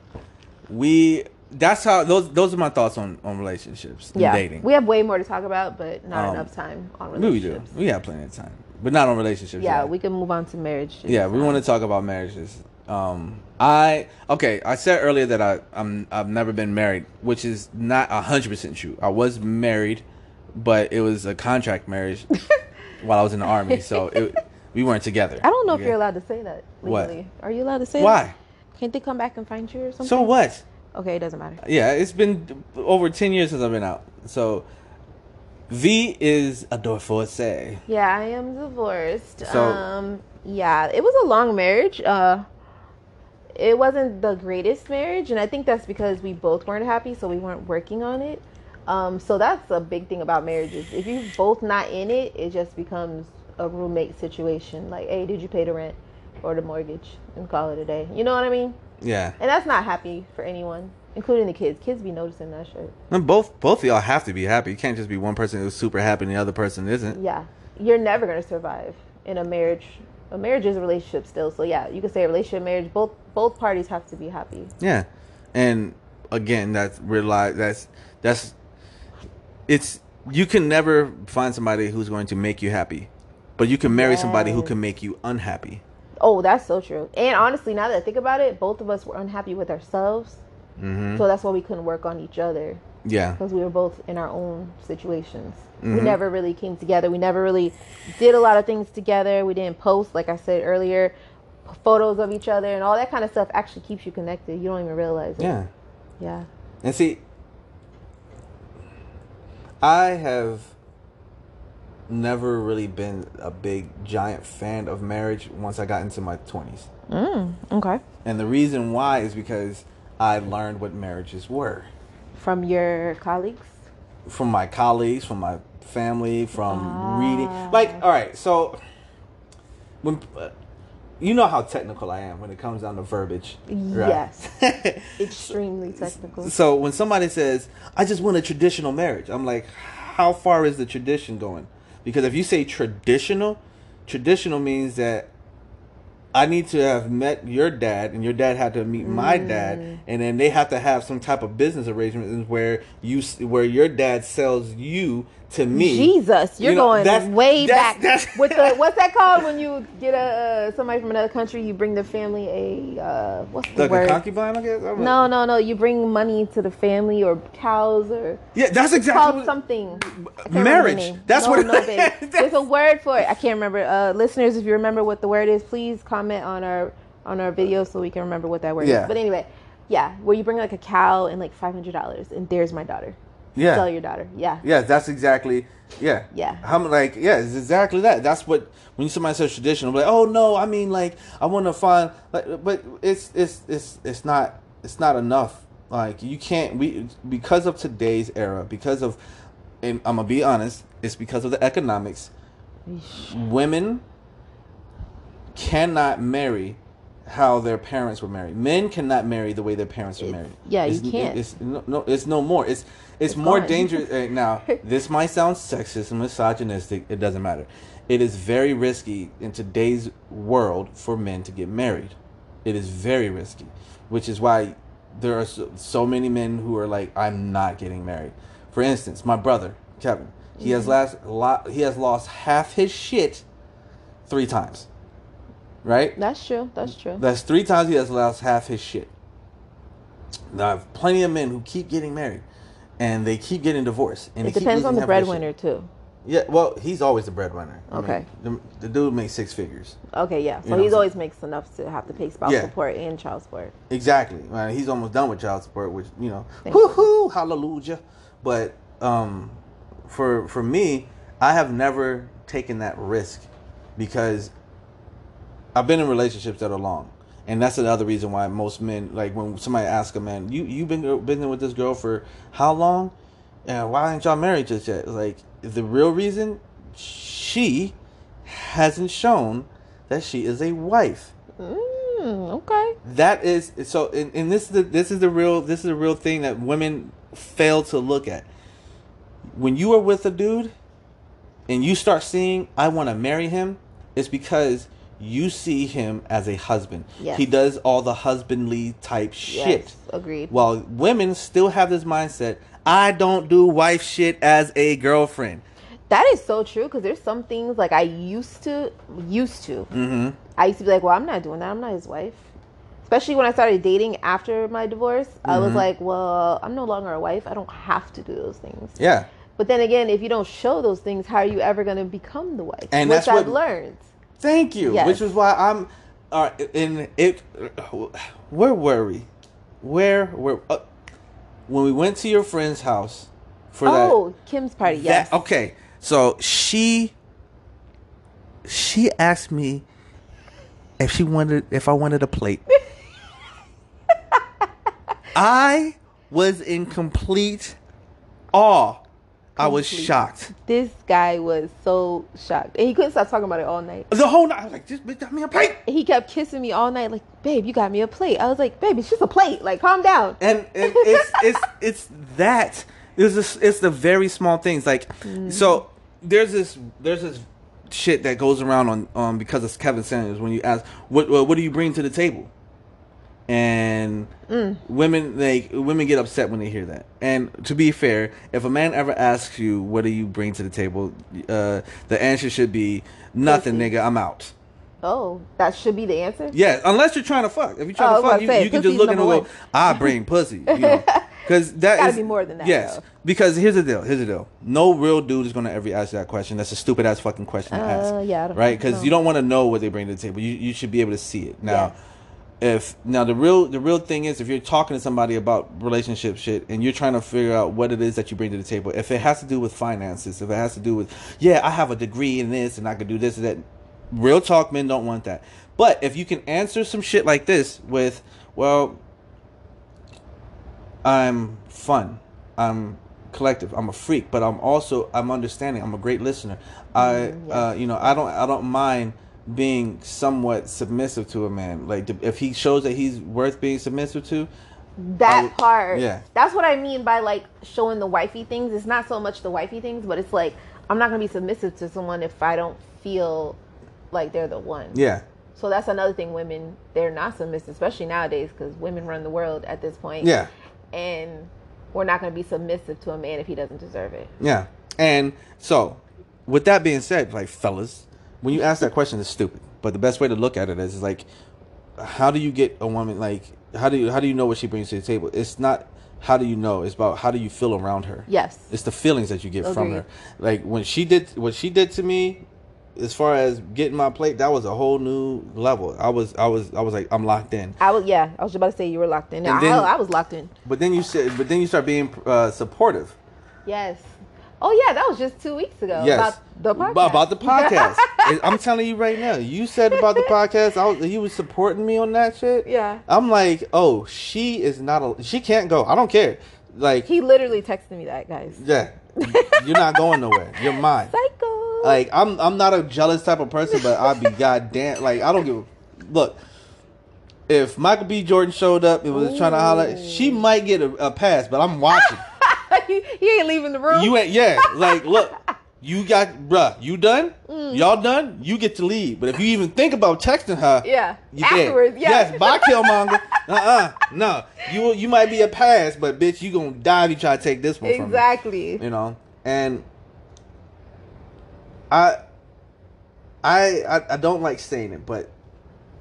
S1: we. That's how those those are my thoughts on on relationships and
S2: yeah.
S1: dating.
S2: We have way more to talk about, but not
S1: Um,
S2: enough time on
S1: Maybe we do.
S2: relationships.
S1: We have plenty of time, but not on relationships.
S2: Yeah, we can move on to marriage.
S1: Yeah, we want to talk about marriages. Um, I okay. I said earlier that I I'm, I've never been married, which is not hundred percent true. I was married, but it was a contract marriage while I was in the army, so it, we weren't together.
S2: I don't know if
S1: Okay.
S2: you're allowed to say that
S1: What?
S2: legally. Are you allowed to say that?
S1: Why?
S2: Can't they come back and find you or something?
S1: So what?
S2: Okay, it doesn't matter.
S1: Yeah, it's been over ten years since I've been out, so V is a divorcee.
S2: Yeah, I am divorced.
S1: So-
S2: um, yeah, it was a long marriage. Uh, it wasn't the greatest marriage, and I think that's because we both weren't happy, so we weren't working on it. Um, so that's a big thing about marriages. If you both not in it, it just becomes a roommate situation. Like, hey, did you pay the rent or the mortgage, and call it a day? You know what I mean?
S1: Yeah.
S2: And that's not happy for anyone, including the kids. Kids be noticing that shit.
S1: And both both of y'all have to be happy. You can't just be one person who's super happy and the other person isn't.
S2: yeah you're never going to survive in a marriage a marriage is a relationship still so yeah you could say a relationship marriage both both parties have to be happy
S1: Yeah, and again, that's realize that's that's it's you can never find somebody who's going to make you happy, but you can marry somebody who
S2: Yes.
S1: can make you unhappy.
S2: oh that's so true and honestly now that i think about it both of us were unhappy with ourselves so that's why we couldn't work on each other
S1: Yeah,
S2: because we were both in our own situations we never really came together we never really did a lot of things together we didn't post like i said earlier p- photos of each other and all that kind of stuff actually keeps you connected you don't even realize it
S1: yeah,
S2: yeah
S1: and see, I have never really been a big giant fan of marriage once I got into my twenties.
S2: okay
S1: And the reason why is because I learned what marriages were
S2: from your colleagues
S1: from my colleagues, from my family, from reading. Like, all right, so when uh, you know how technical I am when it comes down to verbiage. Yes.
S2: extremely technical.
S1: so when somebody says, "I just want a traditional marriage," I'm like, "How far is the tradition going?" Because if you say traditional, traditional means that I need to have met your dad, and your dad had to meet my
S2: Mm.
S1: dad, and then they have to have some type of business arrangement where you s- where your dad sells you to me.
S2: Jesus, you're
S1: You know,
S2: going
S1: that's-
S2: way
S1: that's-
S2: back
S1: that's-
S2: with the what's that called when you get a uh, somebody from another country, you bring the family a uh, what's the
S1: like a
S2: word?
S1: concubine, I guess. I don't know.
S2: no, no, no. You bring money to the family or cows or
S1: Yeah, that's
S2: called
S1: exactly. what-
S2: something. I can't remember the
S1: Marriage.
S2: name.
S1: That's
S2: no,
S1: what it-
S2: No, babe. There's a word for it. I can't remember. Uh, listeners, if you remember what the word is, please comment on our on our video so we can remember what that word
S1: Yeah.
S2: is. But anyway, yeah, where you bring like a cow and like five hundred dollars, and there's my daughter.
S1: yeah.
S2: Sell your daughter. Yeah.
S1: Yeah, that's exactly. Yeah.
S2: Yeah.
S1: How mu- like yeah, it's exactly that. That's what when somebody says traditional, I'm like, oh no, I mean like I want to find like, but it's it's it's it's not it's not enough. Like you can't we because of today's era because of, and I'm gonna be honest, it's because of the economics. Women cannot marry how their parents were married. Men cannot marry the way their parents were married.
S2: yeah, you
S1: It's-
S2: can't.
S1: It's no, no, it's no more. It's it's, more
S2: gone.
S1: dangerous uh, now. This might sound sexist and misogynistic. It doesn't matter. It is very risky in today's world for men to get married. It is very risky, which is why there are so, so many men who are like, I'm not getting married. For instance, my brother Kevin, he has last lot, he has lost half his shit three times, right?
S2: That's true. That's true.
S1: That's three times he has lost half his shit. Now, I have plenty of men who keep getting married and they keep getting divorced. And they
S2: it
S1: keep
S2: depends on
S1: losing
S2: the
S1: half their shit.
S2: breadwinner too.
S1: Yeah, well, he's always the breadwinner. I mean,
S2: Okay.
S1: the, the dude makes six figures.
S2: Okay, yeah. So
S1: know,
S2: he's
S1: so-
S2: always makes enough to have to pay spousal
S1: Yeah.
S2: support and child support.
S1: Exactly. Right, he's almost done with child support, which you know,
S2: Thank
S1: whoo hoo, hallelujah. But um, for for me, I have never taken that risk because I've been in relationships that are long, and that's another reason why most men like when somebody asks a man, "You you been been with this girl for how long? And why ain't y'all married just yet?" Like the real reason, she hasn't shown that she is a wife
S2: Mm, okay.
S1: that is so and, and this is the this is the real this is the real thing that women fail to look at when you are with a dude and you start seeing i want to marry him it's because you see him as a husband
S2: Yes.
S1: he does all the husbandly type shit
S2: Yes, agreed.
S1: while women still have this mindset i don't do wife shit as a girlfriend
S2: That is so true because there's some things like I used to used to. Mm-hmm. I used to be like, well, I'm not doing that. I'm not his wife. Especially when I started dating after my divorce, I
S1: Mm-hmm.
S2: was like, well, I'm no longer a wife. I don't have to do those things.
S1: yeah
S2: But then again, if you don't show those things, how are you ever going to become the wife?
S1: And
S2: Which
S1: that's
S2: I've
S1: what-
S2: learned.
S1: Thank you.
S2: Yes.
S1: Which is why I'm. All right, and it. uh, Where were we? Where were uh, when we went to your friend's house for that.
S2: oh, Kim's party. Yes.
S1: That, okay. So she she asked me if she wanted if I wanted a plate. I was in complete awe. I was
S2: Complete.
S1: shocked.
S2: This guy was so shocked, and he couldn't stop talking about it all night.
S1: The whole night I was like, "This bitch got me a plate."
S2: And He kept kissing me all night, like, "Babe, you got me a plate." I was like, "Babe, it's just a plate. Like, calm down."
S1: and, and it's it's it's that it's just, it's the very small things like so there's this there's this shit that goes around on um because it's Kevin Sanders when you ask what what, what do you bring to the table and women they women get upset when they hear that and to be fair if a man ever asks you what do you bring to the table uh the answer should be nothing
S2: Pussy.
S1: nigga I'm out
S2: Oh, that should be the answer.
S1: yeah, unless you're trying to fuck. If you're trying
S2: Oh, I was
S1: to
S2: about
S1: fuck,
S2: to
S1: you,
S2: say,
S1: you can just
S2: pussy's
S1: look and
S2: number
S1: go,
S2: one.
S1: "I bring "Ah, pussy," you know, because that
S2: Gotta
S1: is-
S2: be more than that,
S1: Yes,
S2: though.
S1: because here's the deal. Here's the deal. No real dude is gonna ever ask that question. That's a stupid ass fucking question to
S2: Uh,
S1: ask.
S2: yeah, I don't
S1: right?
S2: think
S1: Because
S2: so.
S1: you don't want to know what they bring to the table. You you should be able to see it now.
S2: Yes.
S1: If now the real the real thing is if you're talking to somebody about relationship shit and you're trying to figure out what it is that you bring to the table, if it has to do with finances, if it has to do with yeah, I have a degree in this and I could do this and that, real talk men don't want that. But if you can answer some shit like this with, well, I'm fun. I'm collective. I'm a freak, but I'm also I'm understanding. I'm a great listener. I uh, you know I don't I don't mind being somewhat submissive to a man. Like th- if he shows that he's worth being submissive to, I
S2: that
S1: would-
S2: part.
S1: yeah.
S2: That's what I mean by like showing the wifey things. It's not so much the wifey things, but it's like I'm not gonna be submissive to someone if I don't feel like they're the one.
S1: yeah,
S2: So that's another thing. Women, they're not submissive, especially nowadays, because women run the world at this point.
S1: yeah,
S2: And we're not gonna be submissive to a man if he doesn't deserve it.
S1: yeah. And so, with that being said, like fellas, when you ask that question, it's stupid. But the best way to look at it is, is like, how do you get a woman like how do you how do you know what she brings to the table? It's not how do you know. It's about how do you feel around her.
S2: Yes.
S1: It's the feelings that you get from
S2: Agreed.
S1: her. Like when she did what she did to me, as far as getting my plate, that was a whole new level. I was I was I was like I'm locked in.
S2: I was yeah. I was about to say you were locked in.
S1: And
S2: I,
S1: then-
S2: I was locked in.
S1: But then you said, but then you start being uh, supportive.
S2: Yes. Oh yeah, that was just two weeks ago.
S1: yes,
S2: About the podcast.
S1: About the podcast. And I'm telling you right now. You said about the podcast. I was, you was supporting me on that shit.
S2: Yeah.
S1: I'm like, oh, she is not a. She can't go. I don't care. Like,
S2: he literally texted me that, guys.
S1: yeah, you're not going nowhere. You're mine.
S2: Psycho.
S1: Like I'm I'm not a jealous type of person, but I'd be goddamn like I don't give a look. If Michael B. Jordan showed up and was trying to holler, she might get a, a pass, but I'm watching.
S2: you, you ain't leaving the room.
S1: you ain't yeah, like look, you got bruh, you done?
S2: Mm.
S1: Y'all done? You get to leave. But if you even think about texting her,
S2: Yeah.
S1: you dead.
S2: Afterwards, yeah.
S1: Yes, bye Killmonger. uh-uh. No. You you might be a pass, but bitch, you gonna die if you try to take this one from me
S2: exactly.
S1: you know and I, I i i don't like saying it but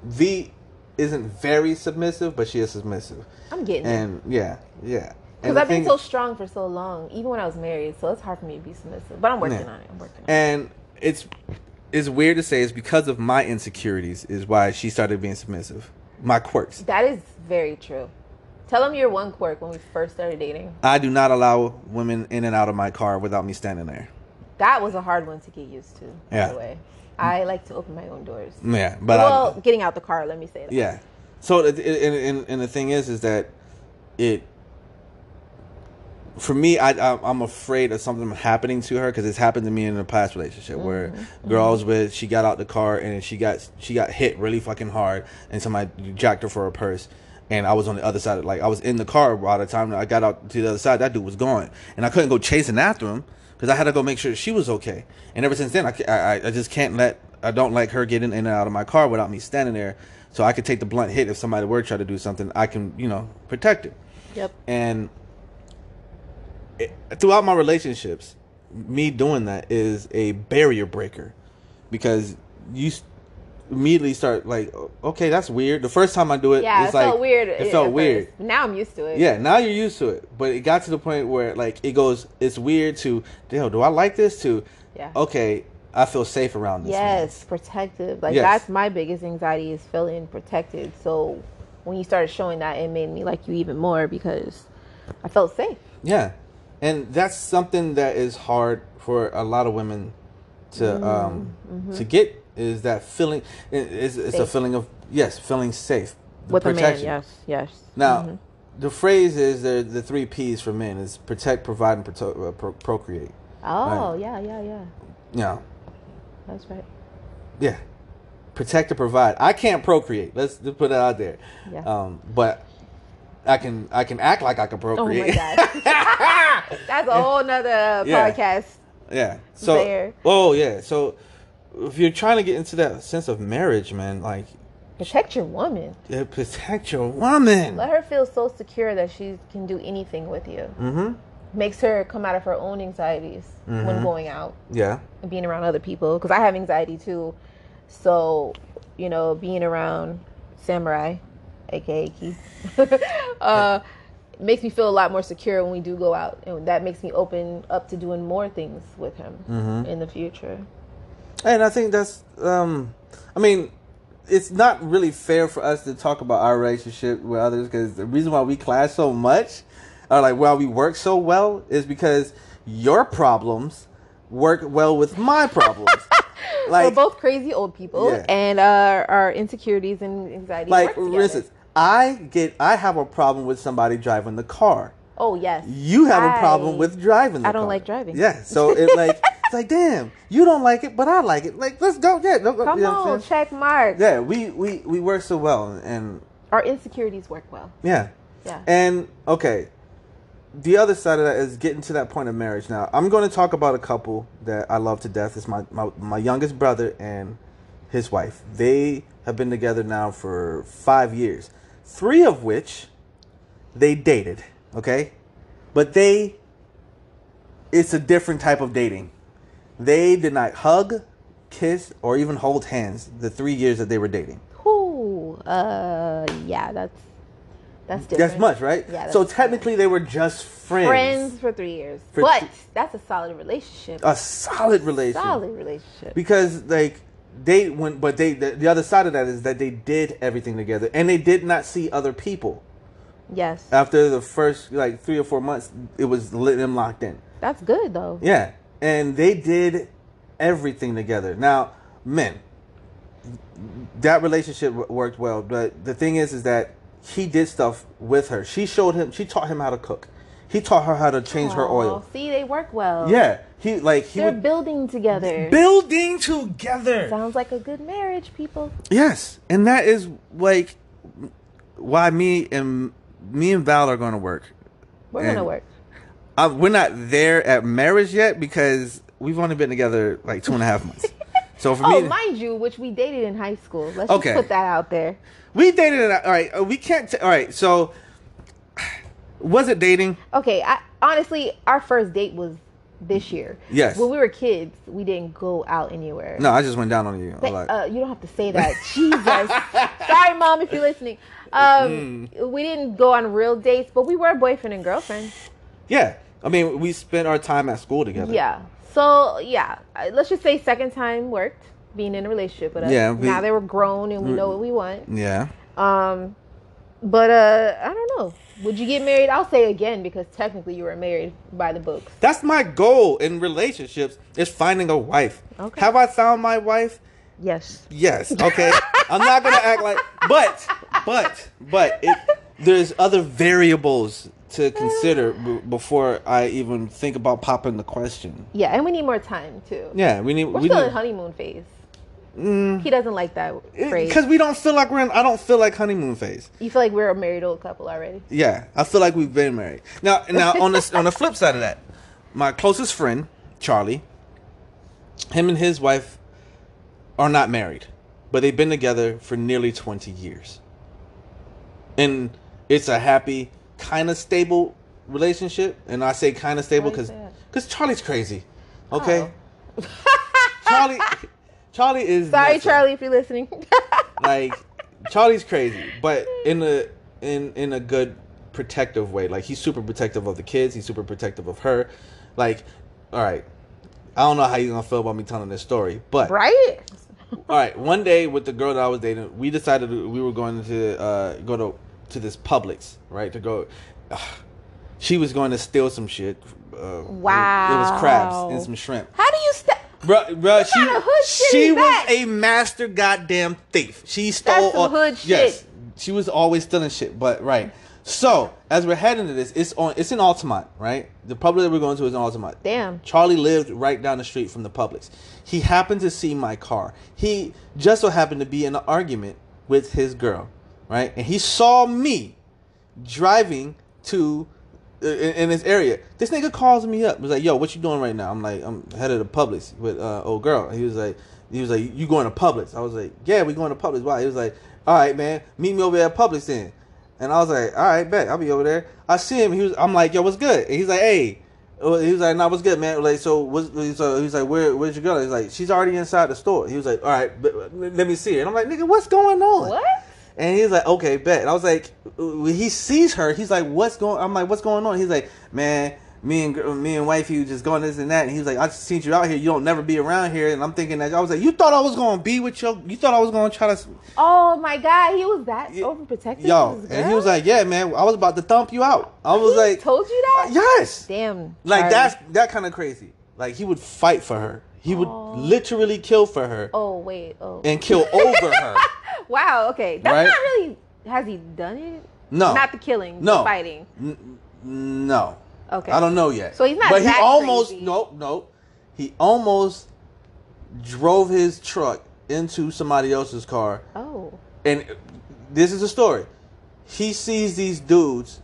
S1: v isn't very submissive but she is submissive
S2: I'm getting it.
S1: and yeah yeah
S2: Because
S1: and the
S2: I've been
S1: thing-
S2: so strong for so long, even when I was married, so it's hard for me to be submissive. But I'm working
S1: Yeah.
S2: on it. I'm working on it.
S1: and it's it's weird to say it's because of my insecurities is why she started being submissive my quirks
S2: That is very true. Tell him your one quirk when we first started dating.
S1: i do not allow women in and out of my car without me standing there
S2: That was a hard one to get used to, by
S1: Yeah.
S2: the way. I like to open my own doors.
S1: yeah but I,
S2: well, getting out the car, let me say that.
S1: Yeah. So it, it, and, and and the thing is, is that it. For me, I, I I'm afraid of something happening to her because it's happened to me in a past relationship where girls with she got out the car and she got she got hit really fucking hard and somebody jacked her for a purse. And I was on the other side, of, like I was in the car by the time I got out to the other side. That dude was gone, and I couldn't go chasing after him because I had to go make sure she was okay. And ever since then, I, ca- I I- I just can't let I don't like her getting in and out of my car without me standing there, so I could take the blunt hit if somebody were trying to do something. I can, you know, protect her.
S2: Yep.
S1: And it, throughout my relationships, me doing that is a barrier breaker because you s- immediately start like, "Oh, okay, that's weird. The first time I do it,
S2: Yeah,
S1: it's
S2: it felt
S1: like
S2: weird.
S1: It
S2: at
S1: felt
S2: first.
S1: weird.
S2: Now I'm used to it.
S1: Yeah, now you're used to it. But it got to the point where like it goes it's weird to damn, do I like this? To
S2: Yeah.
S1: okay, I feel safe around this. man."
S2: Yes, protective. Like
S1: Yes.
S2: that's my biggest anxiety is feeling protected. So when you started showing that, it made me like you even more because I felt safe.
S1: Yeah. and that's something that is hard for a lot of women to
S2: Mm-hmm.
S1: um to get is that feeling it- it's, it's a
S2: Safe.
S1: feeling of yes feeling safe the
S2: with a man. Mm-hmm. Yes, yes.
S1: now the phrase is the the three p's for men is protect provide and proto- uh, pro- procreate
S2: Oh, yeah, yeah, yeah.
S1: you know
S2: That's right.
S1: yeah protect and provide i can't procreate let's just put it out there
S2: Yeah.
S1: um but i can i can act like i can
S2: Oh my
S1: procreate
S2: god. That's a whole nother uh,
S1: Yeah.
S2: podcast.
S1: Yeah. So
S2: There.
S1: Oh yeah. So if you're trying to get into that sense of marriage, man, like
S2: Protect your woman.
S1: yeah, protect your woman.
S2: Let her feel so secure that she can do anything with you.
S1: Mhm.
S2: Makes her come out of her own anxieties when
S1: Mm-hmm.
S2: going out
S1: Yeah.
S2: and being around other people. Because I have anxiety too. So, you know, being around Samurai, aka Keith, uh, makes me feel a lot more secure when we do go out. And that makes me open up to doing more things with him
S1: Mm-hmm.
S2: in the future.
S1: And I think that's um I mean, it's not really fair for us to talk about our relationship with others because the reason why we clash so much or like why we work so well is because your problems work well with my problems. like
S2: we're both crazy old people,
S1: Yeah.
S2: and uh, our insecurities and anxieties.
S1: like
S2: Like,
S1: for instance, I get I have a problem with somebody driving the car.
S2: oh yes,
S1: you have a problem
S2: I-
S1: with driving. The
S2: I don't
S1: car.
S2: like driving.
S1: Yeah, so it like it's like damn, you don't like it, but I like it. Like let's go. Yeah, no, go-
S2: Come
S1: you know what I'm
S2: on,
S1: saying?
S2: check mark.
S1: Yeah, we we we work so well, and
S2: Our insecurities work well.
S1: yeah,
S2: Yeah.
S1: and okay. The other side of that is getting to that point of marriage. Now, I'm going to talk about a couple that I love to death. It's my, my, my youngest brother and his wife. They have been together now for five years, three of which they dated, okay? But they it's a different type of dating. They did not hug, kiss, or even hold hands the three years that they were dating.
S2: Ooh, uh, yeah, that's that's different.
S1: That's much, right?
S2: Yeah,
S1: so
S2: that's-
S1: technically, they were just friends.
S2: friends for three years,
S1: For Oh,
S2: but
S1: th-
S2: that's a solid relationship.
S1: A solid relationship.
S2: solid relationship.
S1: Because like they went, but they the, the other side of that is that they did everything together, and they did not see other people
S2: yes,
S1: after the first like three or four months. It was lit them locked in.
S2: that's good though.
S1: Yeah, and they did everything together. Now, men, that relationship w- worked well, but the thing is, is that he did stuff with her. She showed him. She taught him how to cook. He taught her how to change her oil.
S2: Aw, See, they work well.
S1: Yeah, he like he
S2: they're
S1: would
S2: building together.
S1: building together.
S2: Sounds like a good marriage, people.
S1: Yes, and that is like why me and me and Val are going to work.
S2: We're
S1: And-
S2: gonna work.
S1: Uh we're not there at marriage yet because we've only been together like two and a half months. so for
S2: Oh,
S1: me,
S2: mind you, which we dated in high school. Let's
S1: Okay.
S2: just put that out there.
S1: we dated. It, all right, uh, we can't. T- all right, so was it dating?
S2: Okay, I honestly, our first date was this year.
S1: Yes.
S2: When we were kids, we didn't go out anywhere.
S1: No, I just went down on you. a
S2: Th-
S1: lot.
S2: uh, you don't have to say that. Jesus. Sorry, mom, if you're listening. Um,
S1: Mm.
S2: We didn't go on real dates, but we were boyfriend and girlfriend.
S1: yeah, I mean, we spent our time at school together.
S2: Yeah. So yeah, I- let's just say second time worked. Being in a relationship with us.
S1: Yeah, we- Mm.
S2: now they were grown and we know what we want.
S1: yeah.
S2: Um, but uh, I don't know. Would you get married? I'll say again because technically you were married by the books.
S1: That's my goal in relationships is finding a wife.
S2: Okay.
S1: Have I found my wife?
S2: Yes.
S1: Yes. Okay. I'm not gonna act like, but, but, but it, there's other variables to consider b- before I even think about popping the question.
S2: Yeah, and we need more time too.
S1: Yeah, we need
S2: We're
S1: we
S2: still
S1: need Mm.
S2: in honeymoon phase. He doesn't like that phrase.
S1: because we don't feel like we're in. I don't feel like honeymoon phase.
S2: you feel like we're a married old couple already.
S1: Yeah, I feel like we've been married. Now, now on the on the flip side of that, my closest friend Charlie, him and his wife are not married, but they've been together for nearly twenty years, and it's a happy, kind of stable relationship. And I say kind of stable
S2: Why
S1: because
S2: is that?
S1: because Charlie's crazy, okay? Charlie, Charlie is
S2: Oh. Sorry,
S1: nuts.
S2: Charlie, if you're listening.
S1: like Charlie's crazy, but in a in in a good protective way. Like he's super protective of the kids. He's super protective of her. Like, all right, I don't know how you're gonna feel about me telling this story, but
S2: right?
S1: all right, one day with the girl that I was dating, we decided we were going to uh, go to to this Publix, right? To go. Ugh. She was going to steal some shit. Uh, It
S2: Wow.
S1: was crabs and some shrimp.
S2: How do you step?
S1: Bruh, bruh, she,
S2: kind of hood shit
S1: she
S2: is
S1: was
S2: that?
S1: a master goddamn thief. She stole
S2: some hood
S1: Yes,
S2: shit.
S1: she was always stealing shit. But right, so as we're heading to this, it's on. It's in Altamont, right? The public that we're going to is in Altamont.
S2: Damn.
S1: Charlie lived right down the street from the Publix. He happened to see my car. He just so happened to be in an argument with his girl, right? And he saw me driving to uh, in, in this area. This nigga calls me up. Was like, "Yo, what you doing right now?" I'm like, "I'm headed to Publix with uh, old girl." He was like, "He was like, you going to Publix?" I was like, "Yeah, we going to Publix." Why? He was like, "All right, man, meet me over at Publix then." And I was like, "All right, bet I'll be over there." I see him. He was. I'm like, "Yo, what's good?" And he's like, "Hey." Uh, He was like, "Nah, what's good, man?" Like, so, what's, so he was like, "Where, where's your girl?" He's like, "She's already inside the store." He was like, "All right, but, but let me see her." And I'm like, "Nigga, what's going on?"
S2: What?
S1: And he's like, okay, bet. And I was like, when he sees her, he's like, what's going? I'm like, what's going on? He's like, man, me and gr- me and wifey just going this and that. And he was like, I just seen you out here. You don't never be around here. And I'm thinking that I was like, you thought I was gonna be with your? You thought I was gonna try to? s-
S2: Oh my god, he was that overprotective. of
S1: Yo,
S2: his
S1: and he
S2: girl?
S1: was like, yeah, man, I was about to thump you out. I was
S2: He
S1: like,
S2: told you that?
S1: yes,
S2: Damn.
S1: like
S2: Charlie.
S1: that's that kind of crazy. Like he would fight for her. He would
S2: Aw.
S1: literally kill for her
S2: Oh wait. Oh.
S1: and kill over her.
S2: wow. Okay. That's
S1: Right?
S2: not really. Has he done it?
S1: No,
S2: Not the killing.
S1: No.
S2: The fighting.
S1: N- n- no.
S2: Okay.
S1: I don't know yet.
S2: So he's not
S1: But he
S2: that
S1: almost
S2: crazy.
S1: no no, he almost drove his truck into somebody else's car,
S2: Oh.
S1: and this is the story. He sees these dudes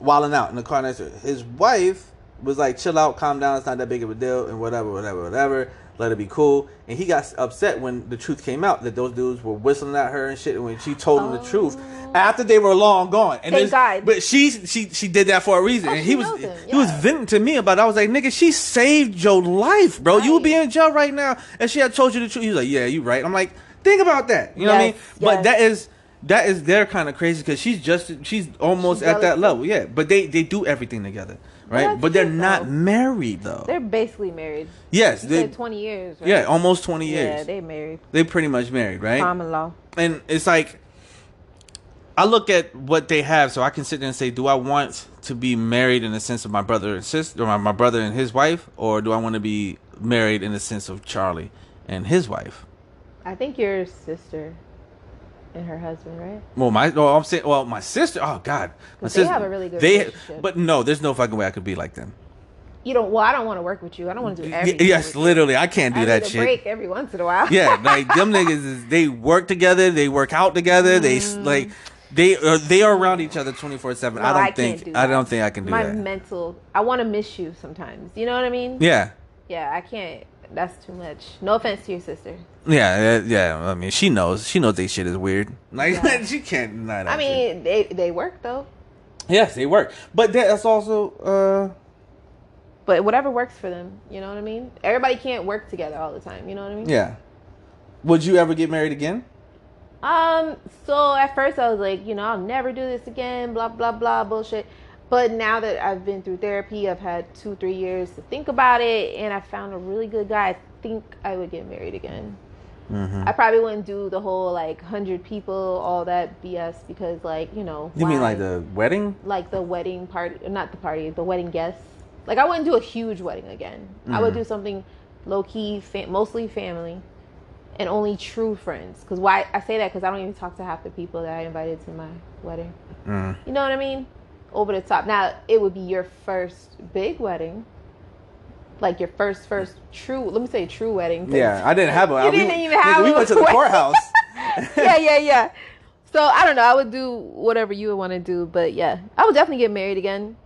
S1: wilding out in the car next to her. His wife was like, "Chill out, calm down. It's not that big of a deal, and whatever, whatever, whatever. Let it be cool." And he got upset when the truth came out that those dudes were whistling at her and shit. And when she told him the truth after they were long gone, and
S2: Oh. Thank
S1: this-
S2: God.
S1: but she she she did that for a reason.
S2: Oh,
S1: and
S2: she
S1: he was
S2: knows him,
S1: he was
S2: yeah.
S1: venting to me about. it. I was like, "Nigga, she saved your life, bro. You would be
S2: Right.
S1: in jail right now." And she had told you the truth. He was like, "Yeah, you right." I'm like, "Think about that." You know what I mean?
S2: Yes,
S1: But
S2: yes.
S1: that is that is their kind of crazy because she's just she's almost
S2: She's
S1: at that
S2: relative.
S1: level yeah but they they do everything together right
S2: that's
S1: but they're
S2: cute,
S1: not
S2: though.
S1: married though
S2: They're basically married.
S1: yes
S2: You
S1: they
S2: said 20 years. Right?
S1: yeah almost 20
S2: Yeah,
S1: years they,
S2: they married.
S1: pretty much married right
S2: Common law.
S1: and it's like I look at what they have, so I can sit there and say, do I want to be married in the sense of my brother and sister, or my, my brother and his wife, or do I want to be married in the sense of Charlie and his wife?
S2: I think your sister and her husband, right?
S1: Well, my well, I'm saying, well, my sister. Oh God, my
S2: But they
S1: sister.
S2: have a really good
S1: they-
S2: relationship.
S1: but no, there's no fucking way I could be like them.
S2: You don't. Well, I don't want to work with you. I don't want to do
S1: Y-
S2: everything.
S1: yes,
S2: with you.
S1: literally, I can't do
S2: I
S1: that
S2: need a
S1: shit.
S2: break every once in a while.
S1: Yeah, like them niggas is they work together, they work out together, they s like they are they are around each other twenty four seven.
S2: No,
S1: I
S2: Mm. I
S1: don't
S2: can't
S1: think
S2: do
S1: I
S2: that.
S1: don't think I can do
S2: My
S1: that.
S2: mental. I want to miss you sometimes. You know what I mean?
S1: yeah,
S2: Yeah, I can't. That's too much. No offense to your sister.
S1: yeah, yeah, yeah. I mean, she knows she knows they shit is weird. Like
S2: Yeah.
S1: she can't deny that.
S2: I
S1: shit.
S2: mean, they they work though.
S1: yes, they work, but that- that's also uh,
S2: But whatever works for them, you know what I mean? Everybody can't work together all the time, you know what I mean?
S1: yeah. Would you ever get married again?
S2: Um, so at first I was like, you know, I'll never do this again, blah blah blah bullshit. But now that I've been through therapy, I've had two, three years to think about it, and I found a really good guy. I think I would get married again. I probably wouldn't do the whole like hundred people, all that BS, because like you know,
S1: You mean
S2: why?
S1: like the wedding?
S2: like the wedding party, not the party, the wedding guests. Like I wouldn't do a huge wedding again. I would do something low key, fam- mostly family, and only true friends. Cause why I say that? Cause I don't even talk to half the people that I invited to my wedding.
S1: Mm.
S2: You know what I mean? Over the top. Now it would be your first big wedding, like your first first true. Let me say true wedding. 'cause-
S1: Yeah, I didn't have one.
S2: You
S1: I- we-
S2: didn't even
S1: nigga,
S2: have
S1: We
S2: one.
S1: went to the courthouse.
S2: yeah, yeah, yeah. So I don't know. I would do whatever you would want to do, but yeah, I would definitely get married again.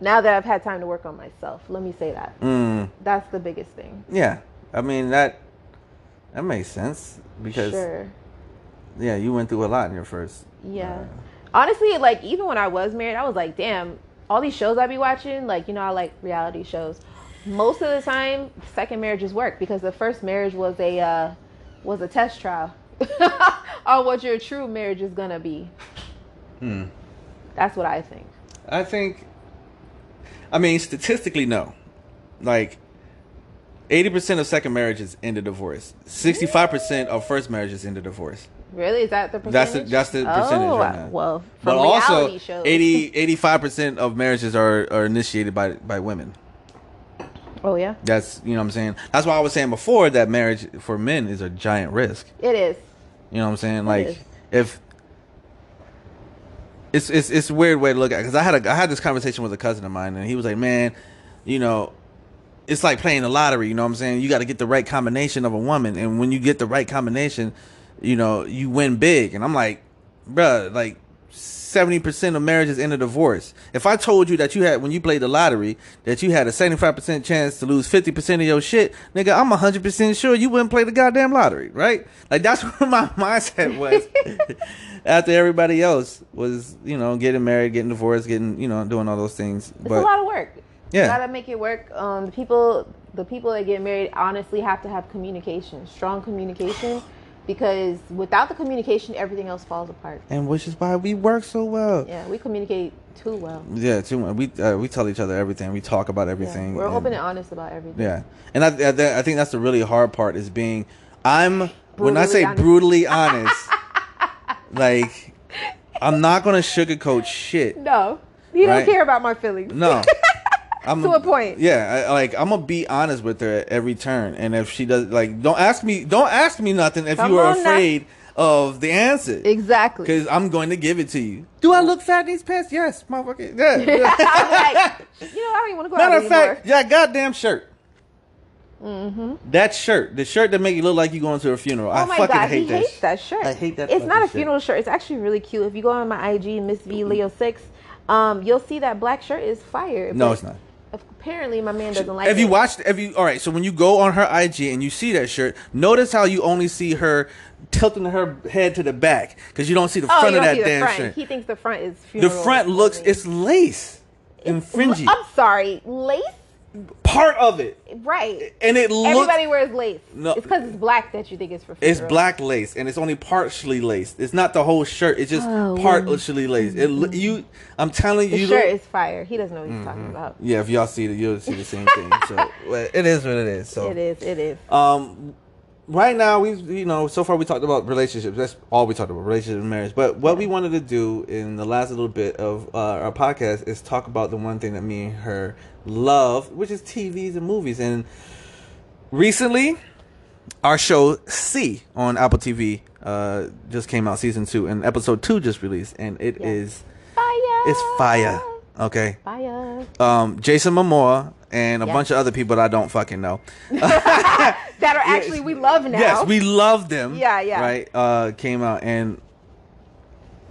S2: Now that I've had time to work on myself, let me say that.
S1: Mm.
S2: That's the biggest thing.
S1: Yeah, I mean that that makes sense because
S2: Sure.
S1: yeah, you went through a lot in your first.
S2: Yeah. Honestly, like even when I was married, I was like, damn, all these shows I be watching, like you know, I like reality shows. Most of the time, second marriages work because the first marriage was a uh, was a test trial on what your true marriage is gonna be.
S1: Hmm.
S2: That's what I think.
S1: I think. I mean, statistically, no. Like, eighty percent of second marriages end in divorce. Sixty-five percent of first marriages end in divorce.
S2: Really? Is that the percentage?
S1: That's the, that's the percentage
S2: Oh,
S1: right now.
S2: well, from
S1: but
S2: reality
S1: also,
S2: shows.
S1: 85 percent of marriages are, are initiated by by women.
S2: Oh yeah,
S1: That's you know what I'm saying. That's why I was saying before that marriage for men is a giant risk.
S2: it is.
S1: You know what I'm saying?
S2: is.
S1: Like if it's it's it's a weird way to look at because I had a I had this conversation with a cousin of mine and he was like, man, you know. It's like playing the lottery, you know what I'm saying? You got to get the right combination of a woman, and when you get the right combination, you know you win big. And I'm like, bruh, like seventy percent of marriages end in divorce. If I told you that you had when you played the lottery that you had a seventy five percent chance to lose fifty percent of your shit, nigga, I'm hundred percent sure you wouldn't play the goddamn lottery, right? Like that's where my mindset was after everybody else was, you know, getting married, getting divorced, getting, you know, doing all those things.
S2: It's
S1: but
S2: a lot of work.
S1: Yeah.
S2: You gotta make it work. Um, the people, the people that get married, honestly, have to have communication, strong communication, because without the communication, everything else falls apart.
S1: and which is why we work so well. Yeah,
S2: Yeah, we communicate too well.
S1: too much. We uh, we tell each other everything. We talk about
S2: Yeah.
S1: everything.
S2: We're
S1: and-
S2: open and honest about everything.
S1: Yeah, and I, I, that- I think that's the really hard part is being. I'm when I
S2: Brutally
S1: say
S2: honest.
S1: brutally honest, like I'm not gonna sugarcoat shit.
S2: No, you
S1: Right.
S2: don't care about my feelings.
S1: No, I'm
S2: To a point.
S1: Yeah, I, like I'm gonna be honest with her at every turn, and if she does, like, don't ask me, don't ask me nothing if
S2: Come
S1: you are
S2: on now.
S1: afraid of the answer.
S2: Exactly.
S1: Cause I'm going to give it to you. Do I look fat in these pants? Yes, motherfucker. Yeah.
S2: I'm like, you know, I don't even want to go out
S1: Matter of
S2: anymore.
S1: fact, yeah, goddamn shirt. That shirt, the shirt that make you look like you going to a funeral.
S2: Mm-hmm. Oh
S1: I
S2: my
S1: fucking
S2: god,
S1: hate
S2: he
S1: that.
S2: hates
S1: shit.
S2: that shirt.
S1: I hate that
S2: It's not
S1: fucking
S2: a funeral shirt. It's actually really cute. If you go on my IG, Miss V Leo Six, um, you'll see that black shirt is fire.
S1: No,
S2: but
S1: it's not.
S2: Apparently, my man doesn't like
S1: If
S2: it.
S1: you watched, if you all right, so when you go on her IG and you see that shirt, notice how you only see her tilting her head to the back because you don't see the
S2: oh,
S1: front
S2: you
S1: of
S2: don't
S1: that
S2: see the
S1: damn
S2: front.
S1: shirt.
S2: He thinks the front is
S1: the
S2: funeral.
S1: front looks,
S2: only.
S1: it's lace and fringy,
S2: I'm sorry, lace.
S1: part of it,
S2: Right.
S1: and it looks.
S2: Everybody wears lace.
S1: No.
S2: It's because it's black that you think it's for. Funeral.
S1: It's black lace, and it's only partially laced. It's not the whole shirt. It's just
S2: Oh,
S1: partially laced. It lo- you, I'm telling you,
S2: The
S1: you
S2: shirt
S1: look- Mm-hmm.
S2: is fire. He doesn't know what he's talking about.
S1: Yeah, if y'all see it, you'll see the same thing. So well, it is what it is. So
S2: It is. It is.
S1: Um, right now we, have you know, so far we talked about relationships. That's all we talked about, relationships and marriage. But what we wanted to do in the last little bit of uh, our podcast is talk about the one thing that me and her love, which is TVs and movies. And recently, our show C on Apple TV uh, just came out, season two, and episode two just released, and it
S2: Yeah.
S1: is
S2: Fire.
S1: it's fire. Okay,
S2: Fire.
S1: um, Jason Momoa and a
S2: Yeah.
S1: bunch of other people that I don't fucking know.
S2: That are actually we love now.
S1: Yes, we love them.
S2: Yeah, yeah.
S1: Right, uh, came out and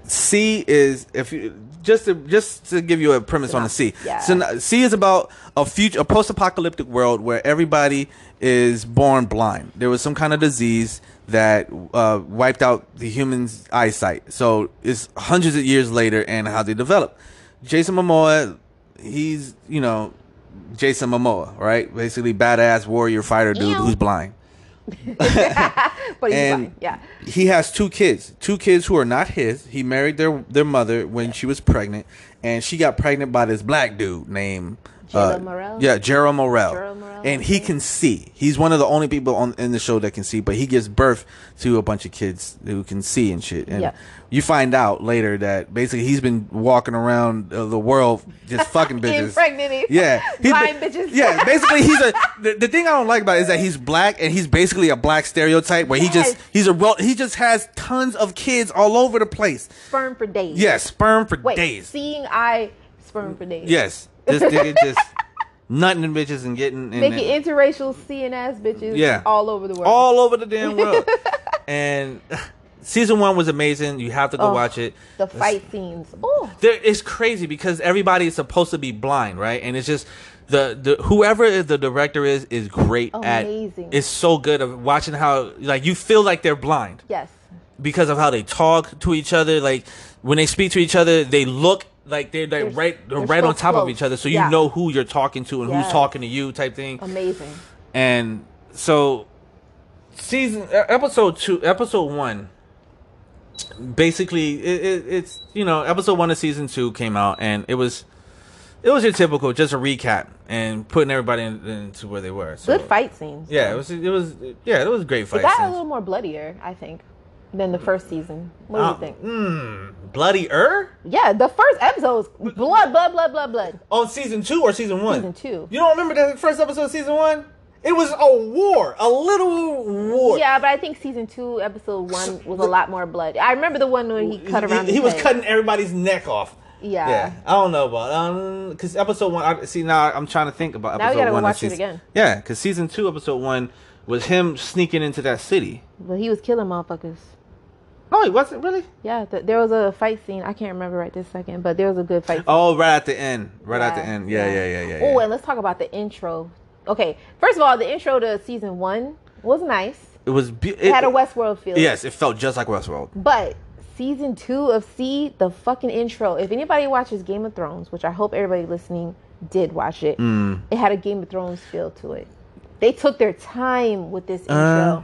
S1: C is if you just to just to give you a premise on the C.
S2: Yeah.
S1: So C is about a future, a post-apocalyptic world where everybody is born blind. There was some kind of disease that uh, wiped out the humans' eyesight. So it's hundreds of years later and how they develop. Jason Momoa, he's you know Jason Momoa, right? Basically, badass warrior fighter dude
S2: Ew.
S1: who's blind
S2: but he's
S1: and
S2: fine. Yeah.
S1: he has two kids, two kids who are not his. He married their their mother when she was pregnant, and she got pregnant by this black dude named uh,
S2: Gerald Morel?
S1: Yeah, Gerald Morel.
S2: Gerald Morel,
S1: and he
S2: okay.
S1: can see. He's one of the only people on in the show that can see, but he gives birth to a bunch of kids who can see and shit. And
S2: Yeah.
S1: you find out later that basically he's been walking around uh, the world just fucking bitches,
S2: Impregnating
S1: Yeah, He's
S2: blind
S1: been-
S2: bitches.
S1: Yeah, basically he's a. The, the thing I don't like about it is that he's black and he's basically a black stereotype where he
S2: Yes.
S1: just he's a well he just has tons of kids all over the place.
S2: Sperm for days.
S1: Yeah, sperm for
S2: Wait,
S1: days.
S2: seeing eye sperm for days.
S1: yes, this nigga just nutting them bitches and getting and
S2: Making interracial seeing ass bitches
S1: Yeah.
S2: all over the world.
S1: all over the damn world. and season one was amazing. You have to go
S2: Oh,
S1: watch it.
S2: the fight scenes. Oh,
S1: there it's crazy because everybody is supposed to be blind, right? And it's just the, the whoever the director is is great
S2: Amazing.
S1: at it's so good of watching how like you feel like they're blind
S2: yes.
S1: because of how they talk to each other. Like when they speak to each other, they look like they're like
S2: They're-
S1: right they're
S2: they're
S1: right
S2: so
S1: on top of
S2: close.
S1: each other, so you
S2: Yeah.
S1: know who you're talking to and who's
S2: Yes.
S1: talking to you type thing.
S2: Amazing.
S1: And so season e- episode 2 episode 1 basically it, it, it's you know episode 1 of season 2 came out and it was it was your typical just a recap and putting everybody in, into where they were. So,
S2: Good fight scenes.
S1: Yeah, it was it was yeah, it was great
S2: It
S1: fight
S2: got a
S1: scenes.
S2: little more bloodier, I think. than the first season. What do
S1: Uh,
S2: you think?
S1: Mm, bloody er?
S2: Yeah, the first episode was blood, blood, blood, blood, blood.
S1: On Oh, season two or season one?
S2: Season two.
S1: You don't remember the first episode of season one? It was a war, a little war.
S2: Yeah, but I think season two, episode one was a lot more blood. I remember the one where he cut around.
S1: He, he
S2: his
S1: was
S2: head.
S1: cutting everybody's neck off.
S2: Yeah.
S1: Yeah, I don't know about um because episode one. I, see now I'm trying to think about
S2: Now we
S1: episode
S2: gotta
S1: one. and
S2: watch it
S1: season-
S2: again.
S1: Yeah, because season two, episode one was him sneaking into that city.
S2: But he was killing motherfuckers.
S1: No, he wasn't really.
S2: Yeah, th- there was a fight scene. I can't remember right this second, but there was a good fight. Scene.
S1: Oh, right at the end. Right at the end. Yeah, yeah, yeah, yeah. yeah.
S2: Oh, and let's talk about the intro. Okay, first of all, the intro to season one was nice.
S1: it was. Be-
S2: It, had a Westworld feel.
S1: Yes, it felt just like Westworld.
S2: But season two of C, the fucking intro. If anybody watches Game of Thrones, which I hope everybody listening did watch it,
S1: Mm.
S2: it had a Game of Thrones feel to it. They took their time with this intro.
S1: Uh,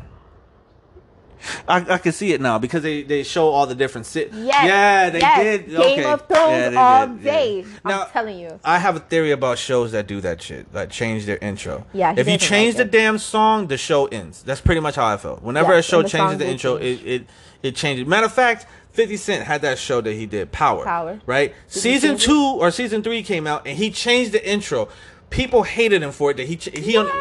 S1: I, I can see it now because they, they show all the different sit.
S2: Yes.
S1: Yeah, they
S2: Yes.
S1: did.
S2: Game
S1: okay.
S2: of Thrones
S1: Yeah, they
S2: all
S1: did. Yeah.
S2: day. I'm
S1: Now,
S2: telling you.
S1: I have a theory about shows that do that shit, like change their intro.
S2: Yeah, he
S1: If you
S2: doesn't
S1: change
S2: like
S1: the
S2: it.
S1: damn song, the show ends. That's pretty much how I felt. Whenever
S2: Yes,
S1: a show
S2: and the
S1: changes
S2: song
S1: the
S2: did
S1: intro,
S2: change.
S1: it, it it changes. Matter of fact, Fifty Cent had that show that he did, Power.
S2: Power.
S1: Right.
S2: you
S1: season
S2: change it?
S1: two or season three came out, and he changed the intro. People hated him for it. That he ch- he
S2: What?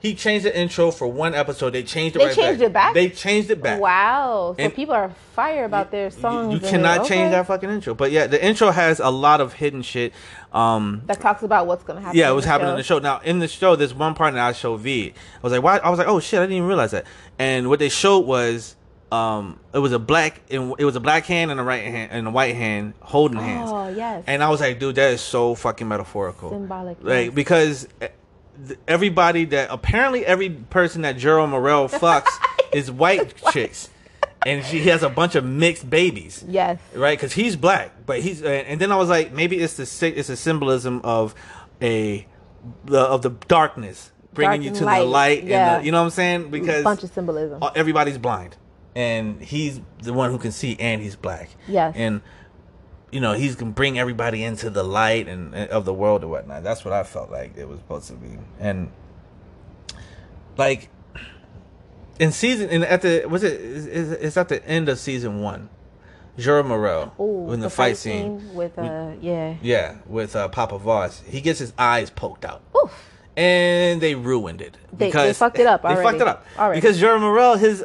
S1: he changed the intro for one episode. They changed it.
S2: They
S1: right
S2: changed it back?
S1: They changed it back.
S2: Wow. So
S1: And-
S2: people are fire about their
S1: You-
S2: songs.
S1: You
S2: and they're
S1: cannot
S2: okay.
S1: change that fucking intro. But yeah, the intro has a lot of hidden shit. Um,
S2: That talks about what's gonna happen.
S1: yeah,
S2: in
S1: it was happening
S2: show.
S1: in the show. Now in the show, there's one part that I showed V. I was like, why? I was like, oh shit, I didn't even realize that. And what they showed was, um, it was a black, and it was a black hand and a right hand and a white hand holding hands.
S2: Oh yes.
S1: And I was like, dude, that is so fucking metaphorical.
S2: Symbolic,
S1: Like
S2: yes.
S1: because uh, th- everybody that apparently every person that Gerald Morel fucks is white chicks, and she has a bunch of mixed babies
S2: yes.
S1: right? Because he's black, but he's and and then I was like, maybe it's the sy- it's a symbolism of a the, of the darkness bringing
S2: Dark
S1: you
S2: and
S1: to
S2: light,
S1: the light,
S2: yeah.
S1: and the, you know what I'm saying? Because
S2: Bunch of symbolism.
S1: uh, everybody's blind, and he's the one who can see, and he's black.
S2: Yes.
S1: and you know he's gonna bring everybody into the light and, and of the world and whatnot. That's what I felt like it was supposed to be, and like. In season, and at the was it is, is, is at the end of season one, Jura Morel
S2: Ooh,
S1: in the, fight, scene.
S2: with uh yeah.
S1: Yeah, with uh, Papa Voss, he gets his eyes poked out,
S2: Oof.
S1: and they ruined it.
S2: They- they fucked it up
S1: They
S2: already.
S1: fucked it up
S2: Already.
S1: because Jura Morel his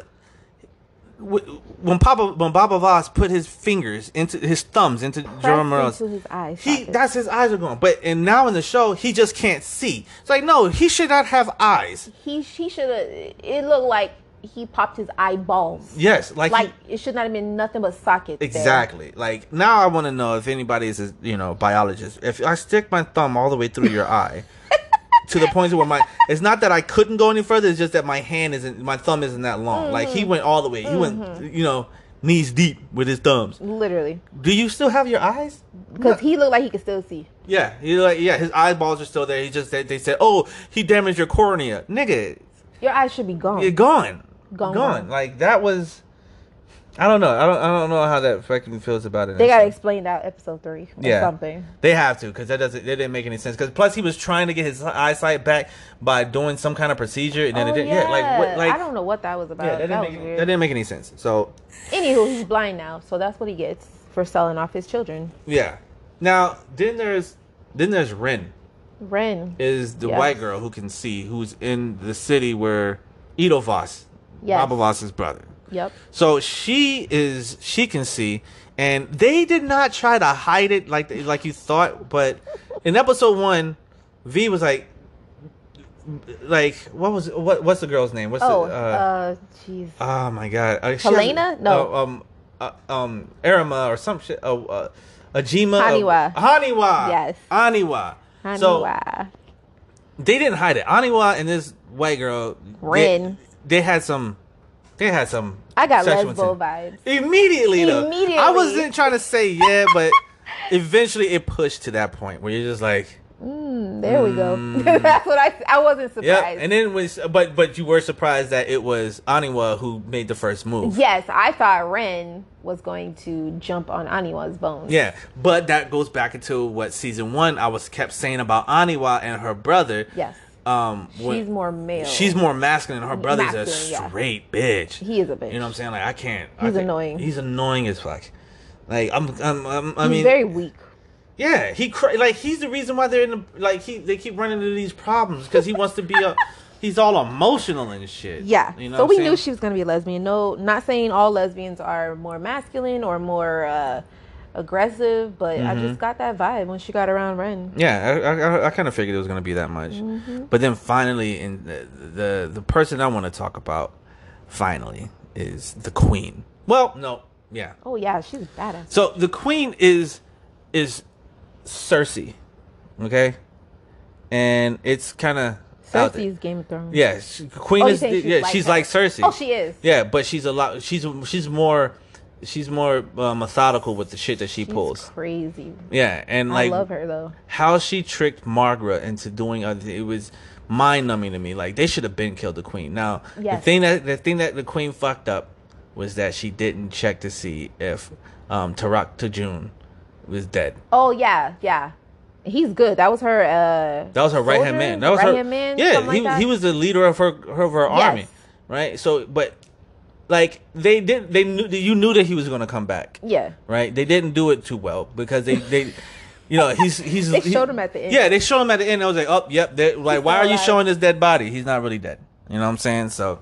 S1: wh- when Papa when Papa Voss put his fingers into his thumbs into Jura
S2: Pressed
S1: Morel's.
S2: into his eyes.
S1: He
S2: socket.
S1: that's his eyes are going, but and now in the show he just can't see. It's like no, he should not have eyes.
S2: he he should have. It looked like he popped his eyeballs.
S1: Yes, like, he-
S2: Like it should not have been nothing but sockets. there.
S1: Exactly. Like now, I want to know if anybody is, a, you know, biologist. If I stick my thumb all the way through your eye, to the point where my, it's not that I couldn't go any further. It's just that my hand isn't, my thumb isn't that long. Like
S2: Mm-hmm.
S1: he went all the way. He went, you know, knees deep with his thumbs.
S2: Literally,
S1: Do you still have your eyes?
S2: because he looked like he could still see.
S1: Yeah. He like, yeah. His eyeballs are still there. He just, they, they said, oh, he damaged your cornea, nigga.
S2: Your eyes should be gone.
S1: You're gone.
S2: Gone, gone.
S1: Like that was. I don't know. I don't. I don't know how that fucking feels about it.
S2: they gotta explain that episode three or
S1: yeah,
S2: something.
S1: They have to because that doesn't. That didn't make any sense. Because plus he was trying to get his eyesight back by doing some kind of procedure, and then
S2: oh,
S1: it didn't. Yeah, like
S2: yeah.
S1: what? Like
S2: I don't know what that was about.
S1: yeah, that, didn't
S2: that
S1: make,
S2: was
S1: any-
S2: weird.
S1: that didn't make any sense. So
S2: Anywho, he's blind now, so that's what he gets for selling off his children.
S1: yeah. Now then there's then there's Ren
S2: Ren.
S1: is the
S2: Yes.
S1: white girl who can see who's in the city where Edo Voss,
S2: Yes.
S1: Baba Voss's brother.
S2: Yep.
S1: So she is she can see, and they did not try to hide it like like you thought. But in episode one, V was like, like what was what what's the girl's name? What's
S2: Oh,
S1: the,
S2: uh, jeez.
S1: oh my god, Uh, she
S2: Helena?
S1: has-
S2: No.
S1: uh, um, uh, um, Arima or some shit. Oh, uh, Ajima. oh,
S2: Haniwa.
S1: Haniwa.
S2: Yes.
S1: Haniwa. So
S2: Haniwa.
S1: they didn't hide it. Aniwa and this white girl, they-
S2: Ren.
S1: They, had some. They had some.
S2: I got
S1: sexual
S2: lesbo
S1: intent.
S2: vibes.
S1: Immediately, though.
S2: Immediately.
S1: I wasn't trying to say yeah, but eventually it pushed to that point where you're just like,
S2: There we go. That's what I. I wasn't
S1: yeah.
S2: surprised.
S1: Mm. And then was, but but you were surprised that it was Aniwa who made the first move.
S2: yes, I thought Ren was going to jump on Aniwa's bones.
S1: Yeah, but that goes back into what season one I was kept saying about Aniwa and her brother.
S2: Yes.
S1: Um, when-
S2: She's more male.
S1: she's more masculine. Her brother's
S2: Masculine,
S1: a
S2: yeah.
S1: straight bitch.
S2: He is a bitch.
S1: You know what I'm saying? Like I can't. I
S2: He's
S1: can't-
S2: annoying.
S1: He's annoying as fuck. Like I'm, I'm, I'm I
S2: He's
S1: mean,
S2: very weak.
S1: yeah, he cra- like he's the reason why they're in the like he they keep running into these problems because he wants to be a he's all emotional and shit.
S2: Yeah.
S1: you know.
S2: so
S1: what
S2: we
S1: I'm
S2: knew
S1: saying?
S2: she was gonna be a lesbian. No, not saying all lesbians are more masculine or more uh, aggressive, but I
S1: Mm-hmm.
S2: just got that vibe when she Mm-hmm. got around Ren.
S1: Yeah, I, I- I, I kind of figured it was gonna be that much, but then finally, and the the, the person I want to talk about finally is the queen. Well, no, yeah.
S2: Oh yeah, she's badass.
S1: So the queen is is Cersei, okay, and it's kind of
S2: Cersei's Game of Thrones.
S1: Yeah, she, Queen
S2: Oh, you're
S1: is
S2: saying she's
S1: yeah,
S2: like
S1: she's
S2: her.
S1: like Cersei.
S2: Oh, she is.
S1: Yeah, but she's a lot. She's she's more she's more uh, methodical with the shit that she
S2: she's
S1: pulls.
S2: crazy.
S1: Yeah, and like
S2: I love her though.
S1: how she tricked Margaret into doing other it was mind numbing to me. Like they should have been killed the queen. Now the
S2: Yes.
S1: thing that the thing that the queen fucked up was that she didn't check to see if um Tarak Tajun was dead.
S2: Oh yeah, yeah. He's good. That was her. uh
S1: That was her right hand
S2: soldier?
S1: man. That was her
S2: right-hand man.
S1: Yeah,
S2: something like
S1: he
S2: that?
S1: he was the leader of her of her
S2: Yes.
S1: army, right? So, but like they didn't, they knew you knew that he was going to come back,
S2: Yeah.
S1: right? They didn't do it too well because they they. You know he's he's.
S2: They
S1: he-
S2: showed him at the end.
S1: Yeah, they showed him at the end. I was like, oh, yep. They're, like,
S2: He's
S1: why
S2: still
S1: are you
S2: alive.
S1: showing this dead body? He's not really dead. You know what I'm saying? So,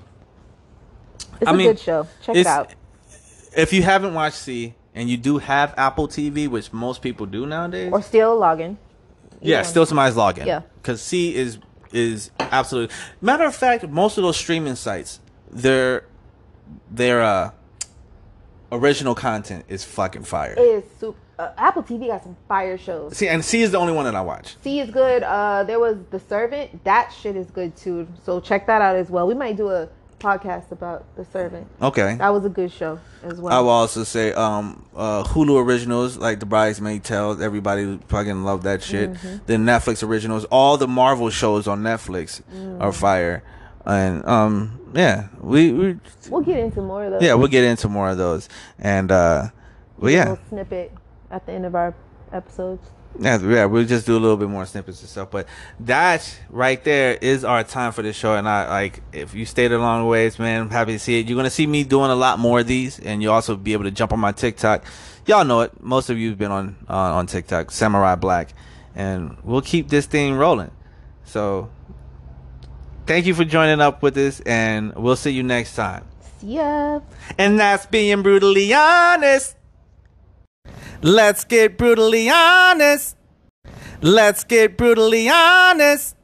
S2: It's
S1: I
S2: a
S1: mean,
S2: good show. Check it
S1: it's-
S2: out.
S1: if you haven't watched C and you do have Apple TV, which most people do nowadays,
S2: Or still logging.
S1: Yeah, still somebody's logging.
S2: Yeah.
S1: because C is is absolutely. Matter of fact, most of those streaming sites, their their uh, original content is fucking fire.
S2: Is super, uh, Apple TV got some fire shows.
S1: See, and C is the only one that I watch.
S2: C is good. Uh, there was The Servant. That shit is good too. So check that out as well. We might do a podcast about The Servant.
S1: Okay,
S2: That was a good show as
S1: I
S2: well.
S1: will also say um, uh, Hulu originals like The Bridesmaid Tales. Everybody fucking love that shit. The Netflix originals, all the Marvel shows on Netflix are fire. And um, yeah, we, we
S2: We'll get into more of those.
S1: yeah we'll get into more of those. And uh, but yeah.
S2: Little snippet at the end of our episodes.
S1: Yeah, yeah, we'll just do a little bit more snippets and stuff. But that right there is our time for the show. And I like if you stayed along the ways, man, I'm happy to see it. You're gonna see me doing a lot more of these, and you'll also be able to jump on my TikTok. Y'all know it. Most of you've been on uh, on TikTok, Samurai Black, and we'll keep this thing rolling. So thank you for joining up with us, and we'll see you next time.
S2: See ya.
S1: And that's being brutally honest. Let's get brutally honest. Let's get brutally honest.